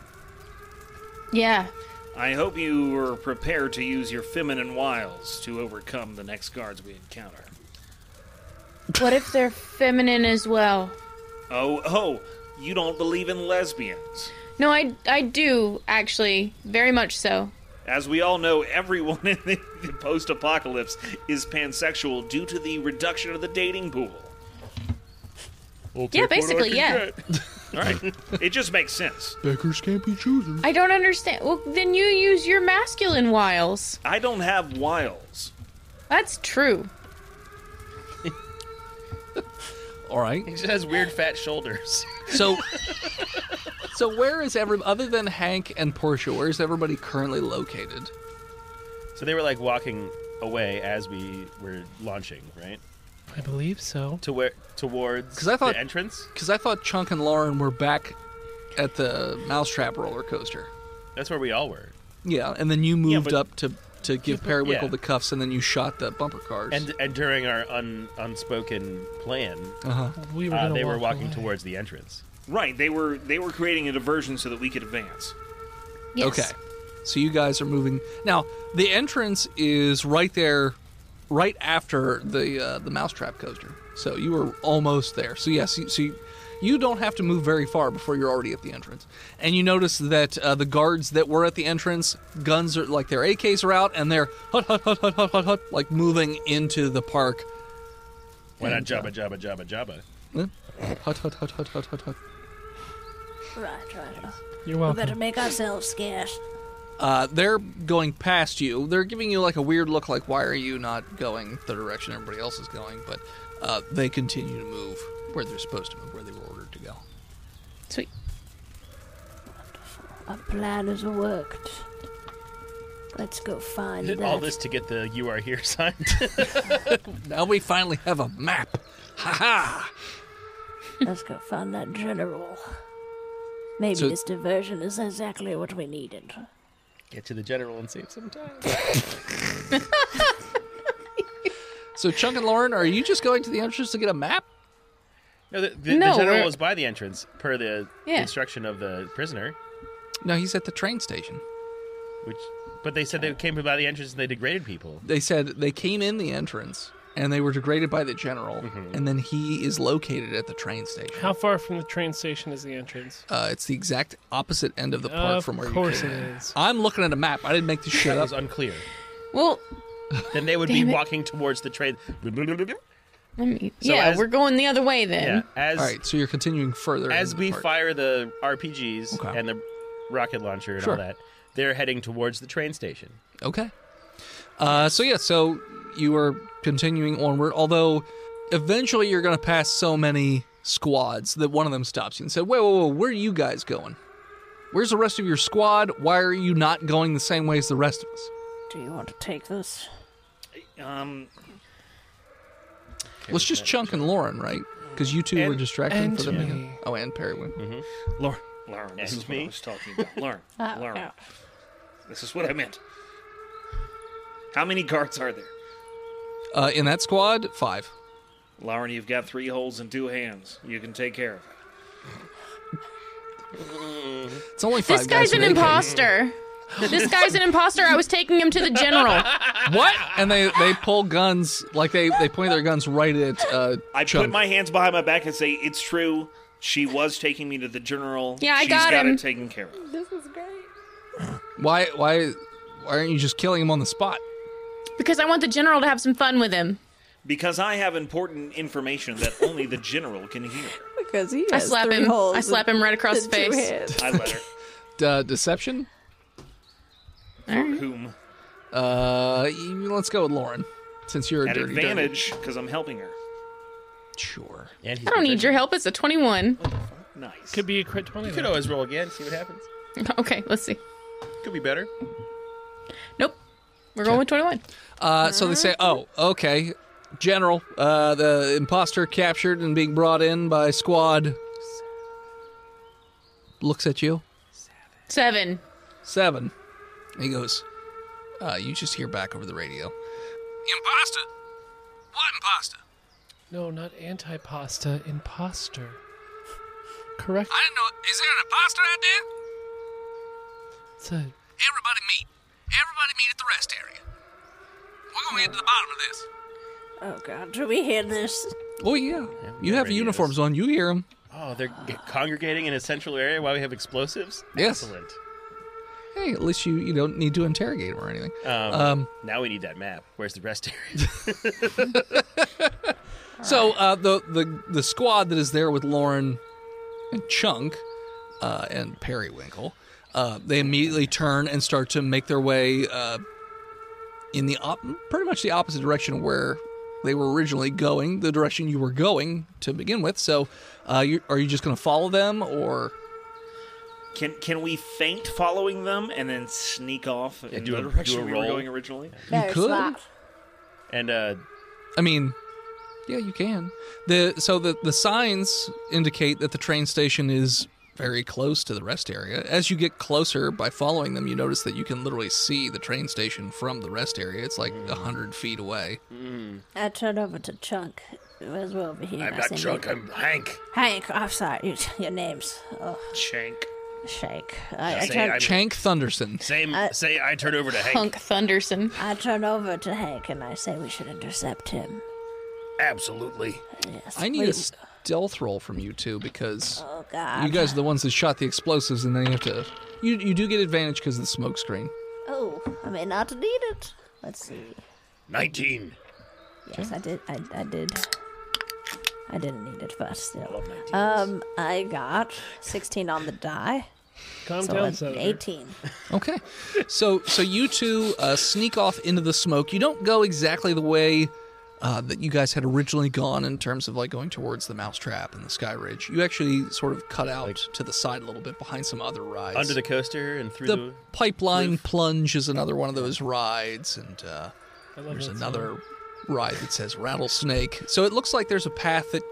Yeah. I hope you were prepared to use your feminine wiles to overcome the next guards we encounter. What if they're feminine as well? Oh, oh, you don't believe in lesbians. No, I I do actually very much so. As we all know, everyone in the, the post apocalypse is pansexual due to the reduction of the dating pool. yeah, basically, yeah. All right. it just makes sense. Beggars can't be choosers. I don't understand. Well, then you use your masculine wiles. I don't have wiles. That's true. All right. He just has weird fat shoulders. So, so where is every other than Hank and Portia? Where is everybody currently located? So they were like walking away as we were launching, right? I believe so. To where towards 'Cause I thought- the entrance. Because I thought Chunk and Lauren were back at the Mousetrap roller coaster. That's where we all were. Yeah, and then you moved but- up to to give Periwinkle yeah. the cuffs, and then you shot the bumper cars. And and during our un, unspoken plan, We were uh, gonna they were walk walking away. towards the entrance. Right, they were they were creating a diversion so that we could advance. Yes. Okay. So you guys are moving now. The entrance is right there, right after the uh, the mousetrap coaster. So you were almost there. So yes, you, so you, you don't have to move very far before you're already at the entrance. And you notice that uh, the guards that were at the entrance, guns are like their AKs are out, and they're hut hut hut hut hut hut hut like moving into the park. Why not jabba jabba jabba jabba? Huh? Hut hut hut hut hut hut hut. Right, right. right. You're We welcome. better make ourselves scarce. Uh, they're going past you. They're giving you like a weird look, like why are you not going the direction everybody else is going? But uh, they continue to move where they're supposed to move, where they were ordered to go. Sweet. Our plan has worked. Let's go find that. All this to get the "You Are Here" sign. Now we finally have a map. Ha ha! Let's go find that general. Maybe So- this diversion is exactly what we needed. get to the general and save some time. So Chunk and Lauren, are you just going to the entrance to get a map? No, the, the, No, the general we're- was by the entrance per the Yeah. instruction of the prisoner. No, he's at the train station. Which, but they said they came by the entrance and they degraded people. They said they came in the entrance and they were degraded by the general, Mm-hmm. and then he is located at the train station. How far from the train station is the entrance? Uh, it's the exact opposite end of the park Of from where course you came it in. is. I'm looking at a map. I didn't make this shit That up. was unclear. Well, Then they would be walking towards the train. I mean, yeah, as- we're going the other way Yeah, then. as All right, so you're continuing further. as in the we park. fire the RPGs Okay. and the rocket launcher and Sure. all that, they're heading towards the train station. Okay. Uh, so yeah, so you are continuing onward. Although, eventually you're going to pass so many squads that one of them stops you and said, "Whoa, whoa, whoa! Where are you guys going? Where's the rest of your squad? Why are you not going the same way as the rest of us?" Do you want to take this? Um Well, it's just Chunk and Lauren, right? Because you two were And- distracted and for the me. beginning. Oh, and Periwinkle. Lauren, Lauren, this And is what I me. was talking about. Lauren, Oh, Lauren, this is what I meant. How many guards are there? Uh, in that squad, five. Lauren, you've got three holes and two hands. You can take care of it. It's only five. This guy's guys an with AKs. imposter. this guy's an imposter. I was taking him to the general. What? And they they pull guns like they they point their guns right at. Uh, I Chunk. put my hands behind my back and say, "It's true. She was taking me to the general. Yeah, I She's got him." it taken care of. Why why why aren't you just killing him on the spot? Because I want the general to have some fun with him. Because I have important information that only the general can hear. Because he I has slap three him. holes I slap and- him right across the and two face. heads. I let her. D- uh, deception? Whom Uh you- let's go with Lauren since you're a at dirty dirty. advantage because I'm helping her. Sure. And he's I don't need your help. It's a 21. Nice. Could be a crit 20. You could always roll again, see what happens. Okay, let's see. Could be better. Nope. We're going with 21. Uh so they say, "Oh, okay. General, uh the imposter captured and being brought in by squad looks at you. Seven. 7." He goes, "Uh you just hear back over the radio. Imposter? What imposter? No, not anti-pasta, imposter. Correct. didn't know is there an imposter out there?" It's a Everybody meet. Everybody meet at the rest area. We're gonna get to the bottom of this. Oh God, do we hear this? Oh yeah, you have radios. uniforms on. You hear them. Oh, they're g- congregating in a central area while we have explosives. Yes. Excellent. Hey, at least you you don't need to interrogate him or anything. Um, Um, now we need that map. Where's the rest area? So uh, the the the squad that is there with Lauren and Chunk uh, and Periwinkle, uh, they immediately turn and start to make their way uh, in the op- pretty much the opposite direction where they were originally going, the direction you were going to begin with. So, uh, you, are you just going to follow them, or Can can we feint following them and then sneak off in do the a- do direction a we were roll. going originally? Very could. smart. and uh, I mean, yeah, you can. The so the the signs indicate that the train station is very close to the rest area. As you get closer by following them, you notice that you can literally see the train station from the rest area. It's like a hundred feet away. I turn over to Chunk as well over here. I'm I not say, drunk. I'm Hank. Hank, I'm sorry. You, your name's oh, Shank. Shake. I, I, Say turn, I'm- Chank Thunderson. Same. I- say I turn over to Hank. Punk Thunderson. I turn over to Hank and I say we should intercept him. Absolutely. Yes. I need we- a stealth roll from you two because Oh God. you guys are the ones that shot the explosives, and then you have to. You you do get advantage because of the smoke screen. Oh, I may not need it. Let's see. Nineteen. Yes, I did. I, I did. I didn't need it, but still. Um, I got 16 on the die, Calm so down, it's Senator. 18. Okay, so so you two uh, sneak off into the smoke. You don't go exactly the way uh, that you guys had originally gone in terms of like going towards the mousetrap and the sky ridge. You actually sort of cut out to the side a little bit behind some other rides. Under the coaster and through the the. pipeline plunge is another one of those rides, and uh, there's another ride that says rattlesnake. So it looks like there's a path that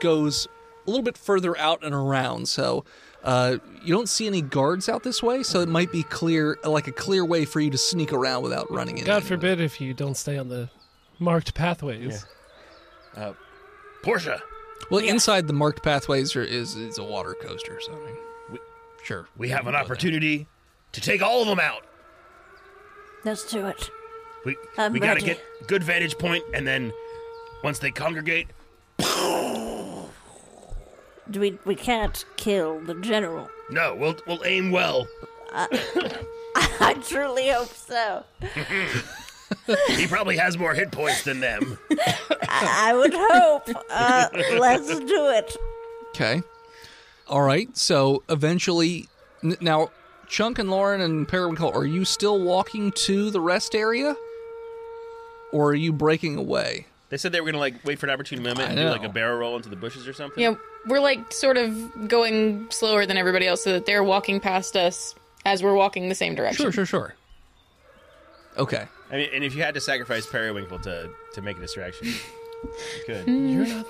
goes a little bit further out and around. So uh, you don't see any guards out this way, so it might be clear, like a clear way for you to sneak around without running into. God anyone. forbid if you don't stay on the marked pathways. Portia, Well, inside the marked pathways are, is is a water coaster. So I mean, We- sure, we you have can an go there. opportunity to take all of them out. Let's do it. We, I'm we gotta ready. get good vantage point, and then once they congregate, Do we we can't kill the general. no, we'll we'll aim well. I truly hope so. He probably has more hit points than them. Oh. I, I would hope. Uh, let's do it. Okay. All right. So eventually, n- now Chunk and Lauren and Periwinkle, are you still walking to the rest area, or are you breaking away? They said they were gonna like wait for an opportune moment I and do like know. a barrel roll into the bushes or something. Yeah, we're like sort of going slower than everybody else so that they're walking past us as we're walking the same direction. sure, sure. Okay. I mean, and if you had to sacrifice Periwinkle to to make a distraction, you could. You're not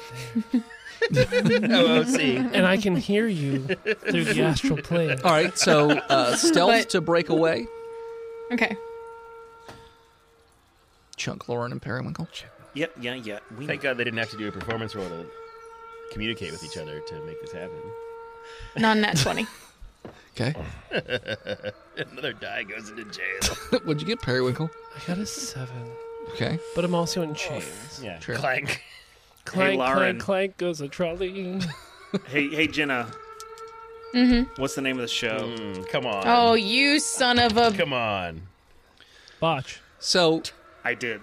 there. oh, see, And I can hear you through the astral plane. All right. So uh, stealth But- to break away. Okay. Chunk, Lauren, and Periwinkle. Yeah, yeah, yeah. We thank God they didn't have to do a performance roll to communicate with each other to make this happen. Non nat 20. Okay. Another die goes into jail. What'd you get, Periwinkle? I got a seven, Okay. but I'm also in chains. Oh, Yeah, Sure. clank. Clank, Lauren. clank, clank goes a trolley. Hey, hey, Jenna. Mm-hmm. What's the name of the show? Mm, come on, Oh, you son of a. come on. Botch. So I did.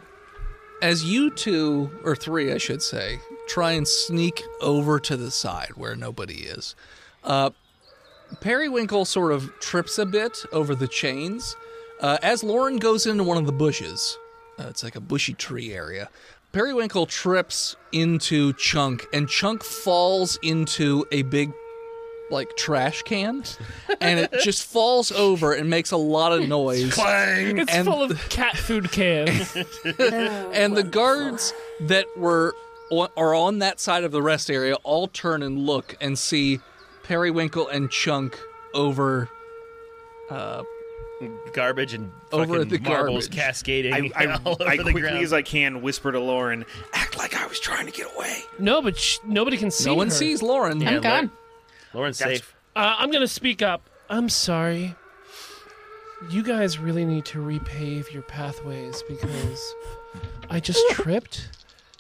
as you two or three, I should say, try and sneak over to the side where nobody is, uh, Periwinkle sort of trips a bit over the chains. Uh, as Lauren goes into one of the bushes, uh, it's like a bushy tree area. Periwinkle trips into Chunk, and Chunk falls into a big, like, trash can, and it just falls over and makes a lot of noise. Clang. It's And- full of cat food cans. and the guards that were on, are on that side of the rest area all turn and look and see Periwinkle and Chunk over. Garbage and Over fucking the marbles garbage. cascading I, I, all over I the quickly ground. as I can whisper to Lauren, act like I was trying to get away. no, but sh- nobody can see No one her. sees Lauren. I'm gone. Lauren's That's- safe. Uh, I'm gonna speak up. I'm sorry. You guys really need to repave your pathways because I just tripped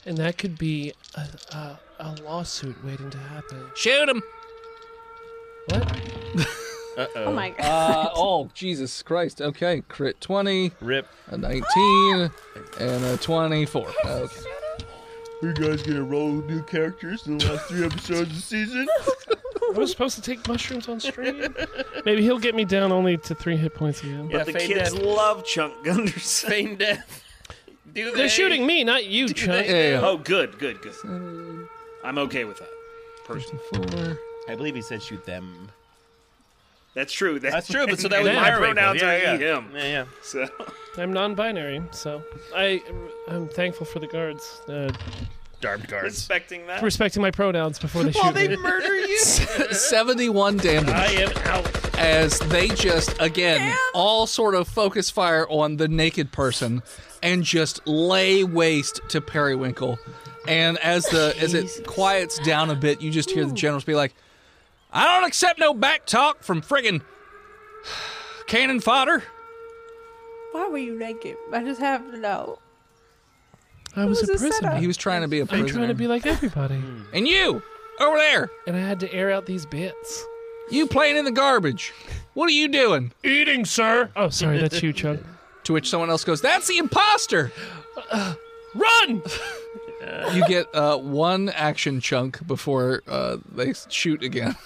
and that could be a, a, a lawsuit waiting to happen. Shoot him! What? Oh my god. Uh, oh, Jesus Christ. Okay, crit 20, Rip. a 19, and a 24. Okay. You guys gonna roll new characters in the last three episodes of the season? I was supposed to take mushrooms on stream. Maybe he'll get me down only to three hit points again. Yeah, the feign kids death. love chunk gunners. Feign death. Do They're shooting me, not you, Chuck. Yeah. oh, good, good, good. Mm. I'm okay with that. Personally, Four. I believe he said shoot them. that's true. That- That's true, but so that was Yeah. my My pronouns yeah, are yeah. he, him. Yeah, yeah. So I'm non-binary, so I I'm thankful for the guards uh, Darned guards. respecting that. respecting my pronouns before they shoot me. murder you. 71 damage I am out. as they just, again, all sort of focus fire on the naked person and just lay waste to Periwinkle. And as the as it quiets down a bit, you just hear the generals be like, I don't accept no back talk from friggin' cannon fodder. Why were you naked? I just have to know. I was, was a a setup. prisoner. He was trying to be a I'm prisoner. trying to be like everybody, and you over there, and I had to air out these bits. you playing in the garbage. What are you doing? Eating, sir. Oh, sorry, that's you, Chuck. To which someone else goes, "That's the imposter." Run! You get uh, one action chunk before uh, they shoot again.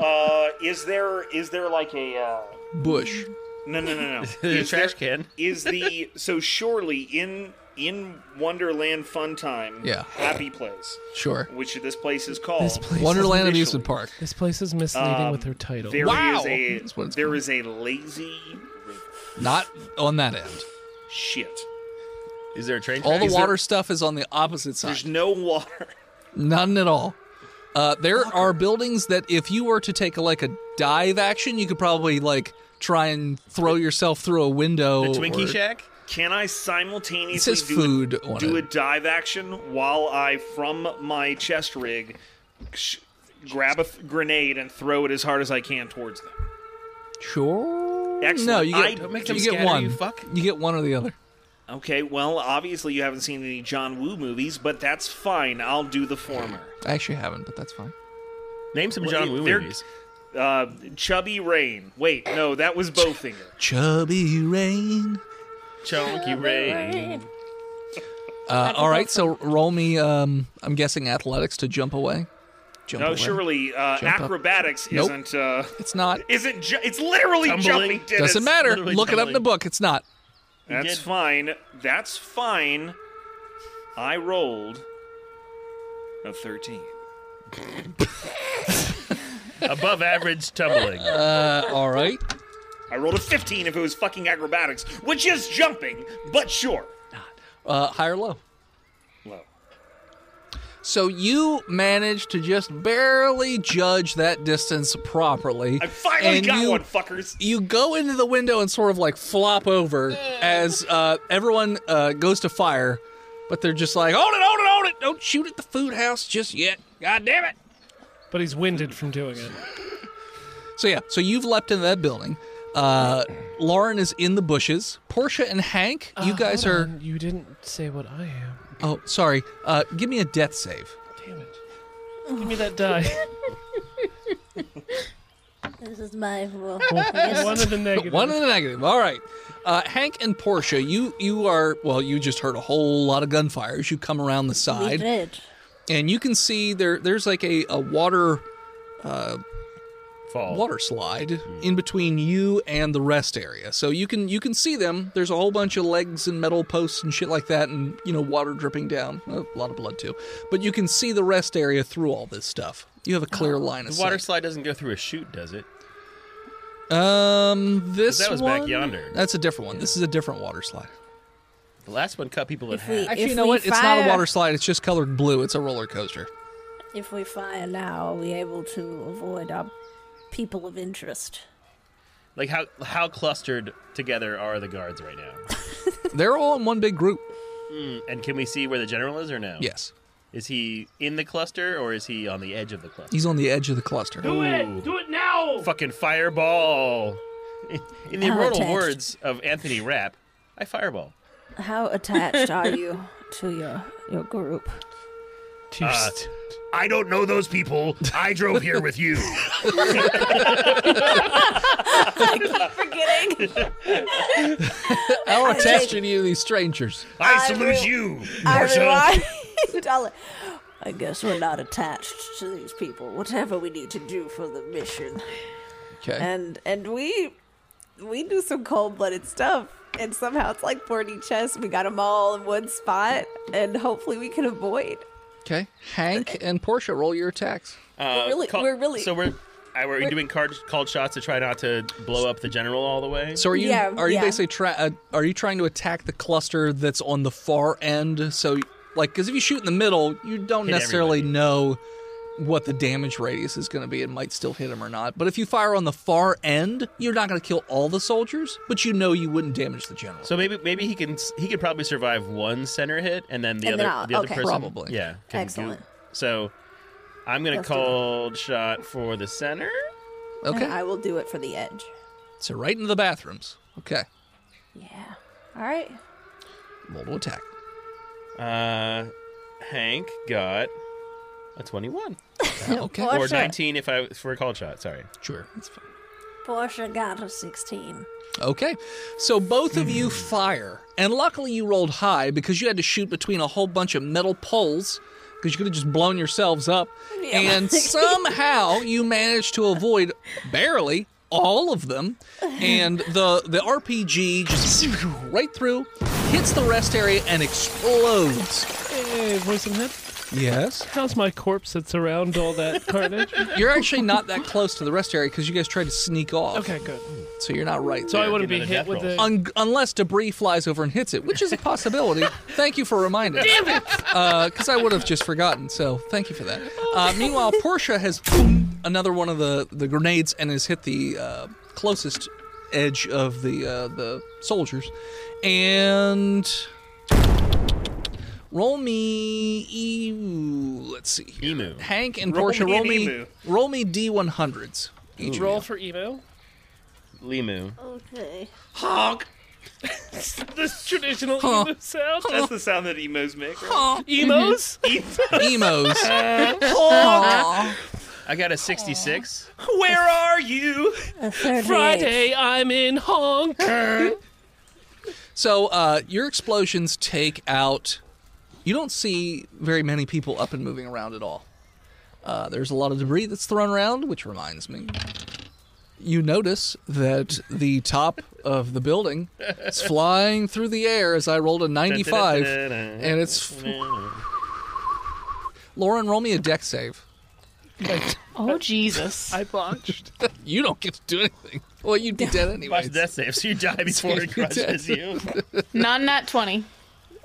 Uh, is there is there like a uh... Bush. no no no no The Is trash there- can. is the so surely in in Wonderland Fun Time Yeah. Happy Place Sure. which this place is called This place, Wonderland officially- Amusement Park. this place is misleading Um, with her title. there Wow. is a That's what it's there called. is a lazy Not on that end. shit Is there a train? All track? the Is there- water stuff is on the opposite side. there's no water None at all. Uh, there are buildings that if you were to take like a dive action, you could probably like try and throw yourself through a window. the Twinkie or- Shack? can I It simultaneously says do, food a, on do a it. dive action while I from my chest rig sh- grab a th- grenade and throw it as hard as I can towards them Sure. Excellent. No, you get I- Don't make them you get scatter, one. you fuck. You get one or the other. Okay, well, obviously you haven't seen any John Woo movies, but that's fine. I'll do the former. I actually haven't, but that's fine. Name some Well, John it- Woo they're- movies. Uh, Chubby Rain. Wait, no, that was Bowfinger. Chubby rain. Chunky Ray. Uh, all right, so roll me. Um, I'm guessing athletics to jump away. Jump No, away. surely uh, Jump up. acrobatics Nope. isn't. Uh, It's not. isn't ju- it's literally Tumbling. jumping. Dennis. Doesn't matter. literally Look it up in the tumbling. book. It's not. That's did. fine. That's fine. I rolled a thirteen. Above average tumbling. Uh, all right. I rolled a fifteen if it was fucking acrobatics, which is jumping, but sure. Uh, high or low. Low. So you managed to just barely judge that distance properly. I finally and got you, one, fuckers. You go into the window and sort of like flop over as uh, everyone uh, goes to fire, but they're just like, "Hold it, hold it, hold it! Don't shoot at the food house just yet. God damn it!" But he's winded from doing it. So yeah, so you've leapt into that building. Uh, Lauren is in the bushes. Portia and Hank, you Uh, guys hold are. on, You didn't say what I am. Oh, sorry. Uh, give me a death save. Damn it. Give me that die. This is my. Well, One of the negative. One in the negative. All right. Uh, Hank and Portia, you you are well. You just heard a whole lot of gunfire as you come around the we side, did. and you can see there there's like a, a water Fall. water slide in between you and the rest area. So you can you can see them. There's a whole bunch of legs and metal posts and shit like that, and you know water dripping down. Oh, A lot of blood too, but you can see the rest area through all this stuff. You have a clear line of Oh, The water sight. slide doesn't go through a chute, does it? um, 'Cause this that was one, back yonder. That's a different one. This is a different water slide. The last one cut people in If we, half. Actually, if you know we what? Fire, It's not a water slide. It's just colored blue. It's a roller coaster. If we fire now, are we able to avoid our people of interest? Like how how clustered together are the guards right now? They're all in one big group. And can we see where the general is or no? Yes. Is he in the cluster or is he on the edge of the cluster? He's on the edge of the cluster. it! Do it now! Fucking fireball! In the How immortal attached. words of Anthony Rapp, I fireball. How attached are you to your your group. Two st- I don't know those people. I drove here with you. Forgetting. Our attention to you, these strangers. I I salute will- you, I Marsha. rewind. I'll- I guess we're not attached to these people. Whatever we need to do for the mission, Okay. and and we we do some cold blooded stuff. And somehow it's like 40 chests. We got them all in one spot, and hopefully we can avoid. okay. Hank and Portia, roll your attacks. Uh, We're really- we're really- So we're. Are we doing card, called shots to try not to blow up the general all the way? So are you Yeah, are you yeah. basically try uh, are you trying to attack the cluster that's on the far end? So like because if you shoot in the middle, you don't necessarily know what the damage radius is going to be. It might still hit them or not. But if you fire on the far end, you're not going to kill all the soldiers, but you know you wouldn't damage the general. So maybe maybe he can s- he could probably survive one center hit and then the And other then I'll- the other okay. person Probably. yeah can do- Excellent. so I'm gonna Let's do it. call shot for the center. And okay, Uh, I will do it for the edge. so right into the bathrooms. Okay, yeah. All right. roll to attack. Uh, Hank got a 21 Okay, Or- or Sure. 19 if I for a call shot. Sorry. sure, that's fine. Portia got a sixteen. Okay. So both of Hmm. you fire. And luckily you rolled high because you had to shoot between a whole bunch of metal poles because you could have just blown yourselves up. And somehow you managed to avoid barely all of them. And the the RPG just right through hits the rest area and explodes. hey, voice in the head. Yes. How's my corpse that's around all that carnage? You're actually not that close to the rest area because you guys tried to sneak off. Okay, good. So you're not right. So I there. wouldn't give be it a hit death with roll. the. Un- unless debris flies over and hits it, which is a possibility. thank you for reminding. Damn it! Because I would have just forgotten. So thank you for that. Uh, meanwhile, Portia has boom, another one of the, the grenades and has hit the uh, closest edge of the uh, the soldiers, and roll me. e- Let's see. Here. Emu. Hank and Roll Portia, me E roll an me emu. roll me d one hundreds. Each Roll for emo. Limu. Okay. This traditional emo sound. That's the sound that emos make. Right? Emos? emos. I got a 66. Where are you? A 38. Friday, I'm in honk. So uh, your explosions take out. You don't see very many people up and moving around at all. Uh, there's a lot of debris that's thrown around, which reminds me. You notice that the top of the building is flying through the air as I rolled a 95, and it's. Lauren, roll me a deck save. Oh Jesus! I botched. You don't get to do anything. Well, you'd be dead anyway. Watch death save, so you die before it crushes you. Not not twenty.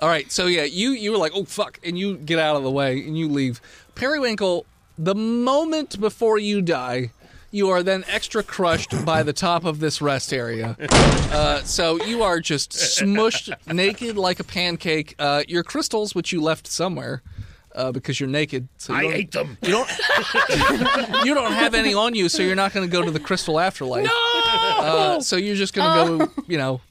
All right, so yeah, you you were like, oh fuck, and you get out of the way and you leave. Periwinkle, the moment before you die, you are then extra crushed by the top of this rest area. Uh, so you are just smushed naked like a pancake. Uh, your crystals, which you left somewhere. Uh, because you're naked, so you I don't, ate them. you don't you don't have any on you, so you're not going to go to the crystal afterlife. No, uh, so you're just going to go, you know,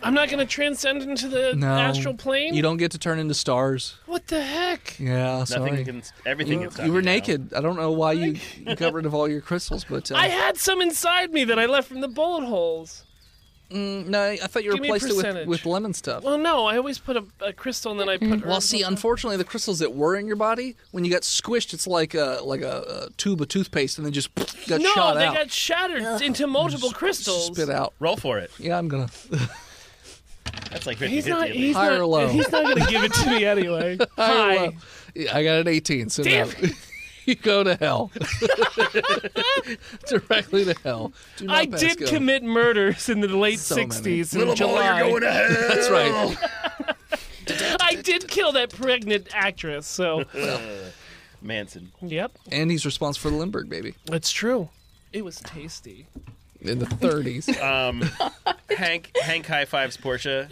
I'm not going to transcend into Uh, the no astral plane. You don't get to turn into stars. What the heck? Yeah, sorry. Nothing can. Everything you, can stop you were now. naked. I don't know why you, you got rid of all your crystals, but uh, I had some inside me that I left from the bullet holes. no, I thought you Give me a replaced it with, percentage. with lemon stuff. Well, Well, Oh, no, I always put a, a crystal and then I put. herbs Mm-hmm. see, on top. unfortunately, the crystals that were in your body, when you got squished, it's like a like a, a tube of toothpaste, and then just got no, shot they out, got shattered into multiple crystals. spit out. Roll for it. Yeah, I'm gonna. That's like 50 He's not. He's High not. or low? He's not going to give it to me anyway. Hi. I got an 18, so Damn no. you go to hell. Directly to hell. Do not I pass did go. commit murders in the late So many. 60s in Little boy, July. you're going to hell. That's right. I did kill that pregnant actress. So, Manson. yep, And he's responsible for the Lindbergh baby that's true. It was tasty. in the 30s. Um, Hank. Hank high fives Portia.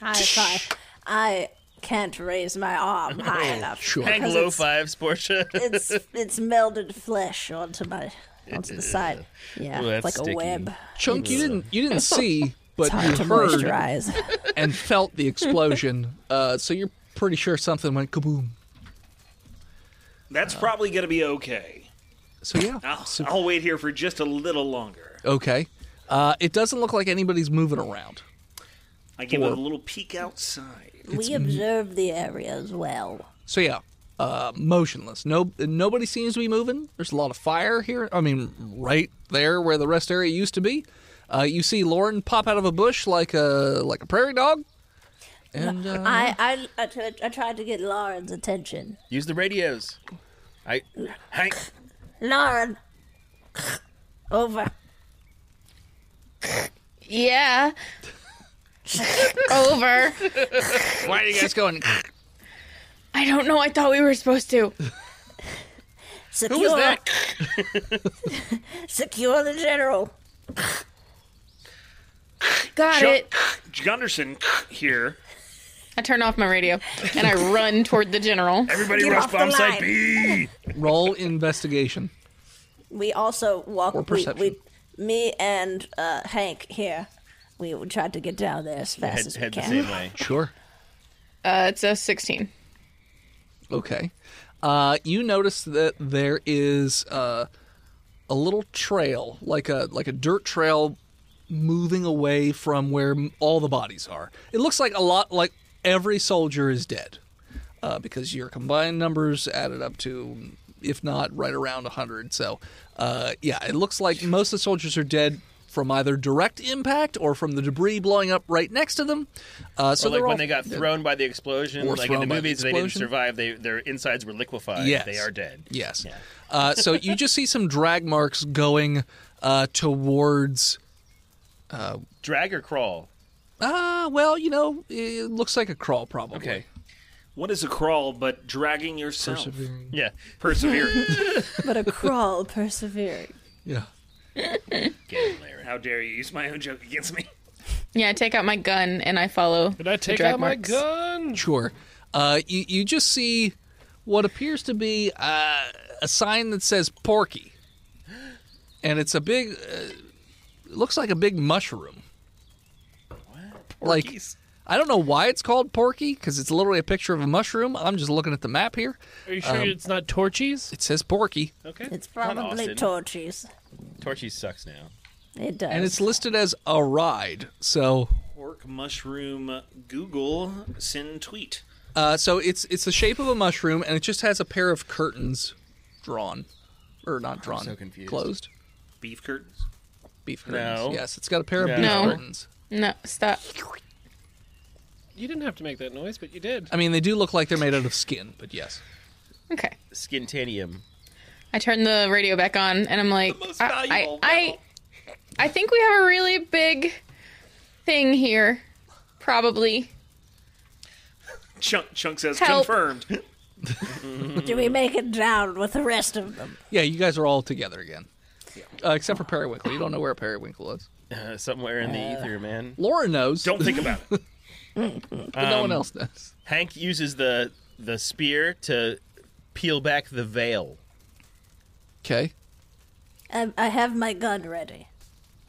High five. I can't raise my arm high enough. Oh, Sure. Hank 'Cause low it's- fives Portia. It's it's melded flesh Uh, onto my onto the side. Yeah, Ooh, that's it's like a sticky. web. Chunk, you didn't you didn't see but Time you to heard moisturize. and felt the explosion. Uh, so you're pretty sure something went kaboom. That's probably going to be okay. So yeah. I'll, So- I'll wait here for just a little longer. okay. Uh, it doesn't look like anybody's moving around. I give Four. it a little peek outside. we observe the area as well. So yeah, uh, motionless. No, nobody seems to be moving. There's a lot of fire here. I mean, right there where the rest area used to be. Uh, you see Lauren pop out of a bush like a like a prairie dog. And uh, I I, I, t- I tried to get Lauren's attention. Use the radios. I Hank, Lauren, over. Yeah. Over. why are you guys going? I don't know. I thought we were supposed to. Secure. secure the general. Got Jo- it. Gunderson here. I turn off my radio and I run toward the general. everybody Get rush off the bomb site line. B. Roll investigation. We also walk. Or we, perception. we, me and uh, Hank here. We tried to get down there as fast head, as we head the can. same way. Sure. Uh, it's a 16. Okay. Uh, you notice that there is uh, a little trail, like a like a dirt trail, moving away from where m- all the bodies are. It looks like a lot like every soldier is dead, uh, because your combined numbers added up to, if not right around hundred. So, uh, yeah, it looks like most of the soldiers are dead. From either direct impact or from the debris blowing up right next to them, uh, so So like they're when all- they got thrown by the explosion, Or like in the thrown by the movies, they didn't explosion. survive. They, their insides were liquefied. Yes. They are dead. Yes. Uh, so you just see some drag marks going uh, towards. Drag or crawl? Ah, well, you know, it looks like a crawl, probably. Okay. What is a crawl but dragging yourself? Persevering. Yeah. Persevering. but a crawl persevering. Yeah. Get it, Larry. How dare you use my own joke against me? Yeah, I take out my gun and I follow. Did I the take drag out marks. my gun? Sure. Uh, you you just see what appears to be uh, a sign that says Porky, and it's a big. Uh, it looks like a big mushroom. Like I don't know why it's called Porky because it's literally a picture of a mushroom. I'm just looking at the map here. Are you Um, sure it's not Torchies? It says Porky. Okay. It's Not probably Austin. torches. Torchy sucks now. It does. and it's listed as a ride. So, Pork mushroom Google send tweet. uh, so it's it's the shape of a mushroom, and it just has a pair of curtains drawn, or not drawn, so confused. closed Beef curtains. beef curtains. No. Yes, it's got a pair of No. beef No. curtains. No, stop. You didn't have to make that noise, but you did. I mean, they do look like they're made out of skin, but yes. Okay. Skintanium. I turn the radio back on and I'm like, most I, valuable I, I, I think we have a really big thing here. Probably. Chunk Chunk says Help. confirmed. Do we make it down with the rest of them? Yeah, you guys are all together again, uh, except for Periwinkle. You don't know where Periwinkle is. Uh, somewhere in the ether, man. Laura knows, Don't think about it. but no one else does. Hank uses the the spear to peel back the veil. Okay. I, Um, I have my gun ready.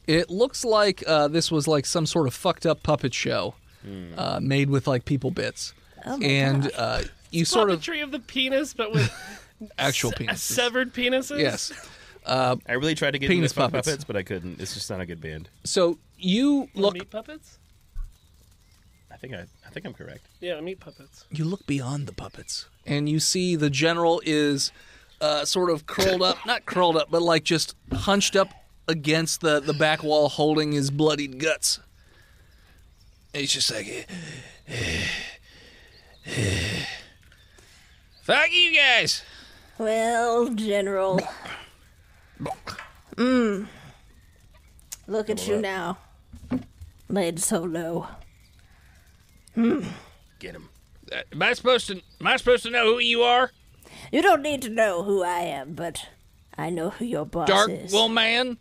It looks like uh, this was like some sort of fucked up puppet show Hmm. uh, made with like people bits, Oh, Oh and uh, you sort of Puppetry of the penis, but with actual a penises. severed penises? Yes. I really tried to get Penis into Fun puppets. puppets. but I couldn't. It's just not a good band. So you look Meat puppets? I think I, I think I'm correct. Yeah, meat puppets. you look beyond the puppets and you see the general is uh, sort of curled up, not curled up, but like just hunched up against the, the back wall holding his bloodied guts. And he's just like Fuck you guys. Well, General. Mmm. Look at you now. Laid so low. Get him. Am I supposed to am I supposed to know who you are? You don't need to know who I am, but I know who your boss Dark is. wool man?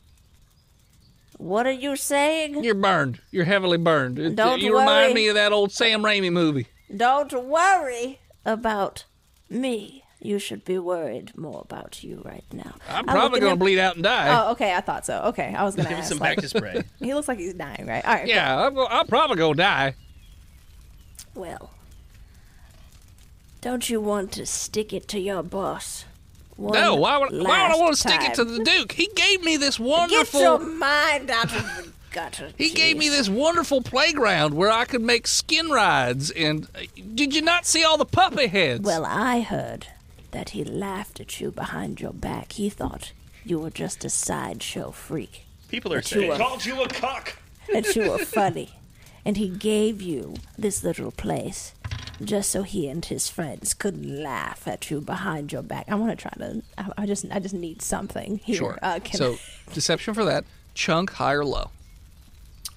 What are you saying? You're burned. You're heavily burned. It- Don't you remind worry. me of that old Sam Raimi movie. Don't worry about me. You should be worried more about you right now. I'm probably looking gonna at- bleed out and die. Oh, okay. I thought so. Okay, I was gonna Give him ask, some like, back to spray. He looks like he's dying, right? All right. yeah, I'm, go- I'm probably gonna die. Well, don't you want to stick it to your boss? One No, why would, why would I last want to stick it to time? the Duke? He gave me this Get your wonderful. mind out of the gutter. He gave me Jeez. this wonderful playground where I could make skin rides. And uh, did you not see all the puppy heads? Well, I heard that he laughed at you behind your back. He thought you were just a sideshow freak. People are You saying. were, Called you a cock. that you were funny. And he gave you this little place just so he and his friends could laugh at you behind your back. I want to try to. I, I just, I just need something here. sure. Uh, can so deception for that. Chunk high or low?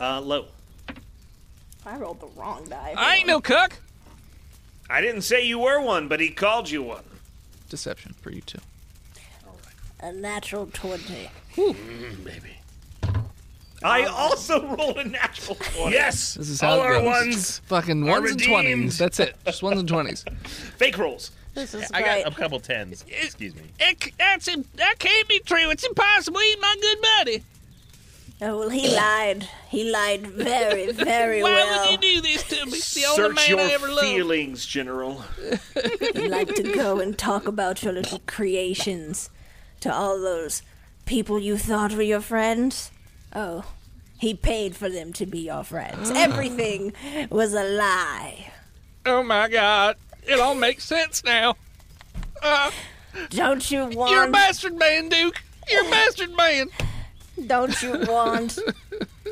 Uh, low. I rolled the wrong die. I ain't no cuck. I didn't say you were one, but he called you one. Deception for you two. A natural 20. I also rolled a natural 20. Yes. This is how all it our goes. ones. Fucking are ones and twenties. redeemed. That's it. Just ones and twenties. Fake rolls. This is I great. got a couple tens. Excuse me. It, that's im- that can't be true. It's impossible. He's my good buddy. Oh, well, he lied. He lied very, very Why well. would you do this to me? It's the only Search man your I ever loved. feelings, General. You like to go and talk about your little creations to all those people you thought were your friends. Oh, he paid for them to be your friends. Everything was a lie. Oh my god! It all makes sense now. Um, Don't you want? You're a bastard man, Duke. You're a bastard man. don't you want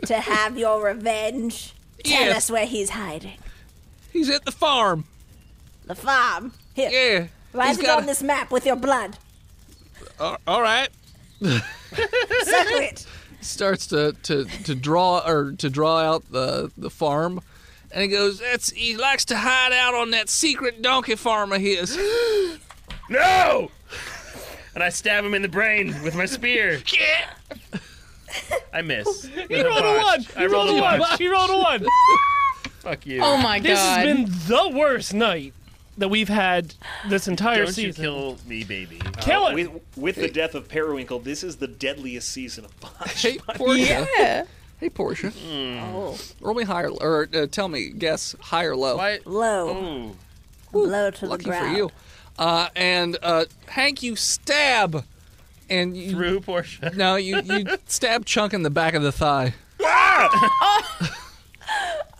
to have your revenge? Tell Yes. us where he's hiding. He's at the farm. The farm. Here. Yeah. Write He's it got on a- this map with your blood. All- all right. Circle it. starts to, to, to draw or to draw out the the farm, and he goes. That's he likes to hide out on that secret donkey farm of his. No! And I stab him in the brain with my spear. I miss. He rolled a one. I rolled a one. He rolled a one. Fuck you. Oh my This god. has been the worst night that we've had this entire Don't you season. kill me, baby. Kill it. With, with the death of Periwinkle, this is the deadliest season of Botch. Hey Portia. yeah. Hey Portia. Oh, Roll me higher or uh, tell me guess high or low. Why? Low. Ooh. Low to Oh, Lucky the ground. for you. Uh, and uh, Hank, you stab, and you Through Portia. no, you you stab Chunk in the back of the thigh. Oh,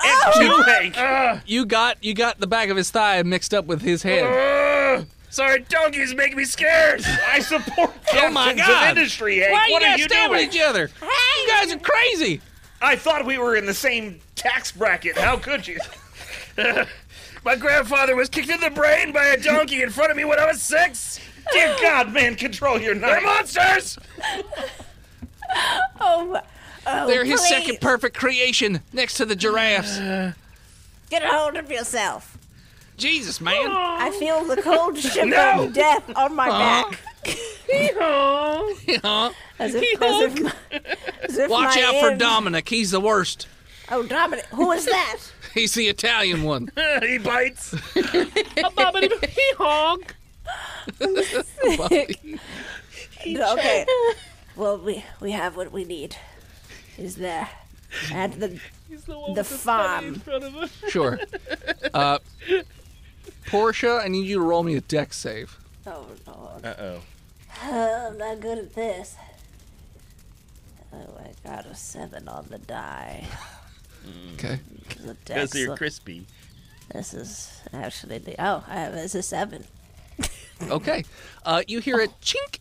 It's you, Hank. You got you got the back of his thigh mixed up with his head. Sorry, donkeys make me scared. I support Oh my captains God. of industry, Hank. Why what you are guys you stabbing doing? each other? You guys are crazy. I thought we were in the same tax bracket. How could you? My grandfather was kicked in the brain by a donkey in front of me when I was six. Dear God, man, control your They're knife. monsters. oh, They're his please. second perfect creation next to the giraffes. get a hold of yourself. Jesus, man. I feel the cold shiver No. of death on my back. Huh? As if, as if, my, as if Watch my out for end- Dominic. He's the worst. Oh, Dominic, who is that? He's the Italian one. he bites. okay, Well, we we have what we need. Is there at the the, farm? Sure. Uh, Portia, I need you to roll me a deck save. Oh Lord, Uh oh. I'm not good at this. Oh, I got a seven on the die. Okay. The Because dex you're look- crispy. this is actually the oh, I have it's a seven. Okay. Uh, you hear a chink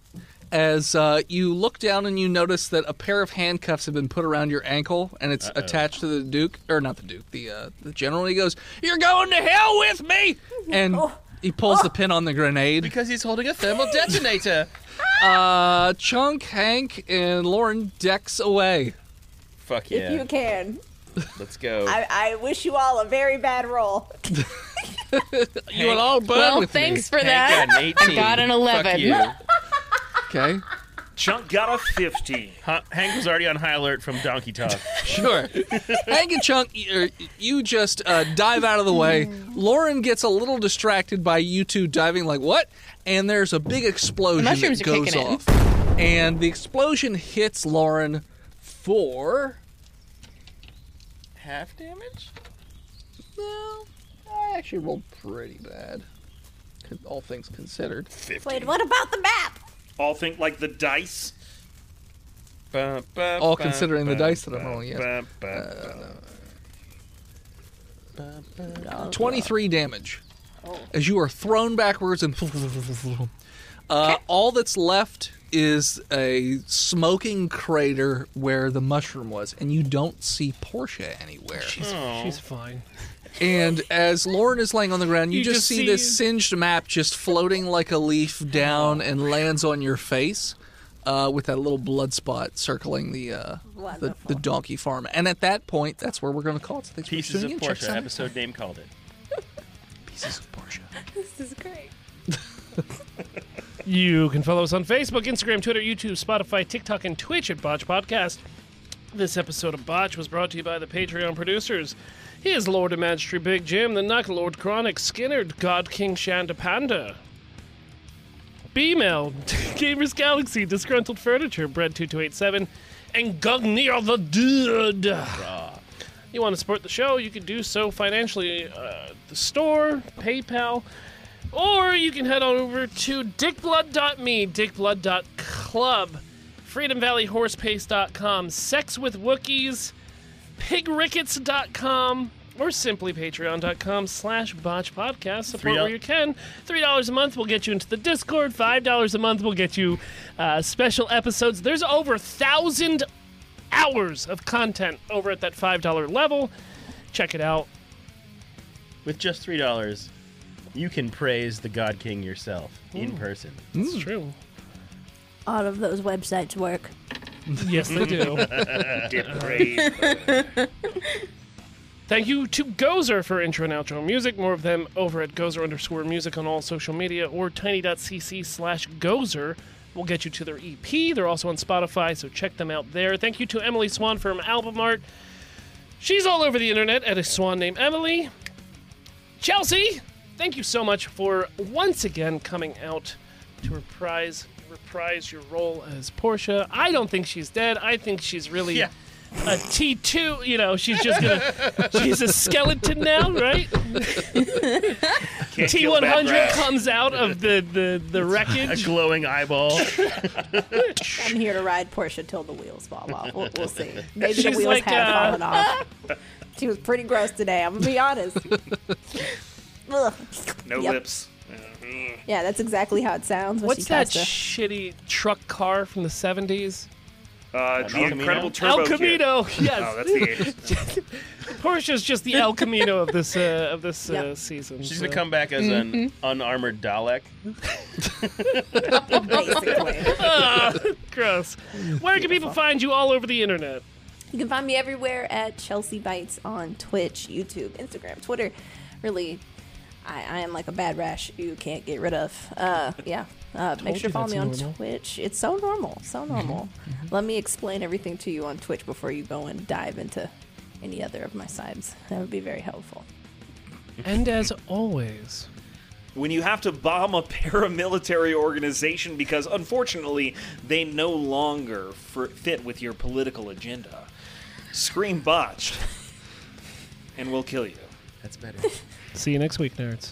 as uh, you look down and you notice that a pair of handcuffs have been put around your ankle and it's attached to the Duke, or not the Duke, the uh, the general. He goes, "You're going to hell with me!" And Oh. he pulls the pin on the grenade. Because he's holding a thermal detonator. Uh, Chunk, Hank, and Lauren decks away. Fuck if you yeah. can. Let's go. I, I wish you all a very bad roll. You will all burn Well, with me. thanks for Got that. an 18. I got an 11. Fuck you. Okay. Chunk got a 15. Ha- Hank was already on high alert from Donkey Talk. Sure. Hank and Chunk, you, you just uh, dive out of the way. Lauren gets a little distracted by you two diving, like, what? and there's a big explosion mushrooms that are goes kicking in. off. And the explosion hits Lauren for half damage? No. I actually rolled pretty bad. con- All things considered. Wait, what about the map? All think like the dice. All considering the dice that I'm rolling, yes. Oh, 23 damage. Oh. As you are thrown backwards and. Uh, all that's left is a smoking crater where the mushroom was, and you don't see Portia anywhere. She's, she's fine. And as Lauren is laying on the ground, you, You just, just see, see- this singed map just floating like a leaf down and lands on your face uh, with that little blood spot circling the, uh, the the donkey farm. And at that point, that's where we're going to call it. So thanks for Pieces tuning of in. Check us Porsche out. episode name called it. Pieces of Porsche. This is great. You can follow us on Facebook, Instagram, Twitter, YouTube, Spotify, TikTok, and Twitch at Botch Podcast. This episode of Botch was brought to you by the Patreon producers. His Lord and Majesty Big Jim, the Knuckle Lord Chronic, Skinner, God King Shanda Panda. B-Mail, Gamers Galaxy, Disgruntled Furniture, Bread2287, and Gugnir the Dude. You want to support the show, you can do so financially uh, the store, PayPal, or you can head on over to dickblood.me, dickblood.club, freedomvalleyhorsepace.com, sexwithwookiees, pigrickets.com, or simply patreon.com slash botch podcast. Support Three where doll- you can. $3 a month will get you into the Discord. $5 a month will get you uh, special episodes. There's over 1,000 hours of content over at that $5 level. Check it out. With just three dollars, you can praise the God King yourself in person. It's true. All of those websites work. Yes, they do. Dip rave. Thank you to Gozer for intro and outro music. More of them over at Gozer underscore music on all social media or tiny.cc slash Gozer will get you to their EP. They're also on Spotify, so check them out there. Thank you to Emily Swan from album art. She's all over the internet at a swan named Emily. Chelsea, thank you so much for once again coming out to reprise reprise your role as Portia. I don't think she's dead. I think she's really Yeah. a T two. You know, she's just gonna she's a skeleton now, right? T one hundred comes out of the the the A wreckage. glowing eyeball. I'm here to ride Portia till the wheels fall off. We'll, we'll see. Maybe the She's wheels like, have uh, fallen off. She was pretty gross today. I'm gonna be honest. Ugh. No Yep. lips. Yeah, that's exactly how it sounds. When What's she tries that to- shitty truck car from the seventies? Uh, the Camino? incredible turbo. El Camino. Yes. Oh, that's the 80s. Portia's just the El Camino of this uh, of this uh, Yep. season. She's so. gonna come back as an unarmored Dalek. basically. Gross. Where can people find you all over the internet? You can find me everywhere at Chelsea Bites on Twitch, YouTube, Instagram, Twitter. Really, I, I am like a bad rash you can't get rid of. Uh, yeah. Uh, make sure to you follow that's me on normal. Mm-hmm. Twitch. It's so normal. So normal. Let me explain everything to you on Twitch before you go and dive into any other of my sides. That would be very helpful. And as always, when you have to bomb a paramilitary organization because unfortunately they no longer fr- fit with your political agenda, scream botched, and we'll kill you. That's better. see you next week, nerds.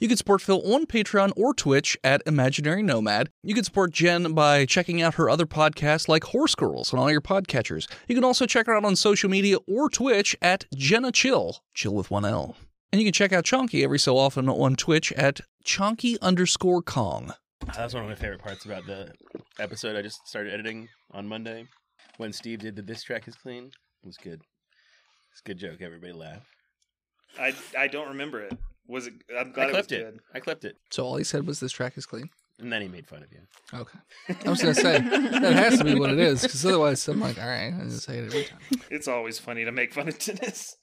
You can support Phil on Patreon or Twitch at Imaginary Nomad. You can support Jen by checking out her other podcasts like Horse Girls on all your podcatchers. You can also check her out on social media or Twitch at Jenna Chill, chill with one L. And you can check out Chonky every so often on Twitch at Chonky underscore Kong. Ah, That's one of my favorite parts about the episode I just started editing on Monday. When Steve did the This Track is Clean, it was good. It's a good joke. Everybody laughed. I I don't remember it. Was it? I'm I glad it was clipped it. good. I clipped it. So all he said was this track is clean. And then he made fun of you. Okay. I was going to say, that has to be what it is, because otherwise I'm like, all right, I just say it every time. It's always funny to make fun of Dennis.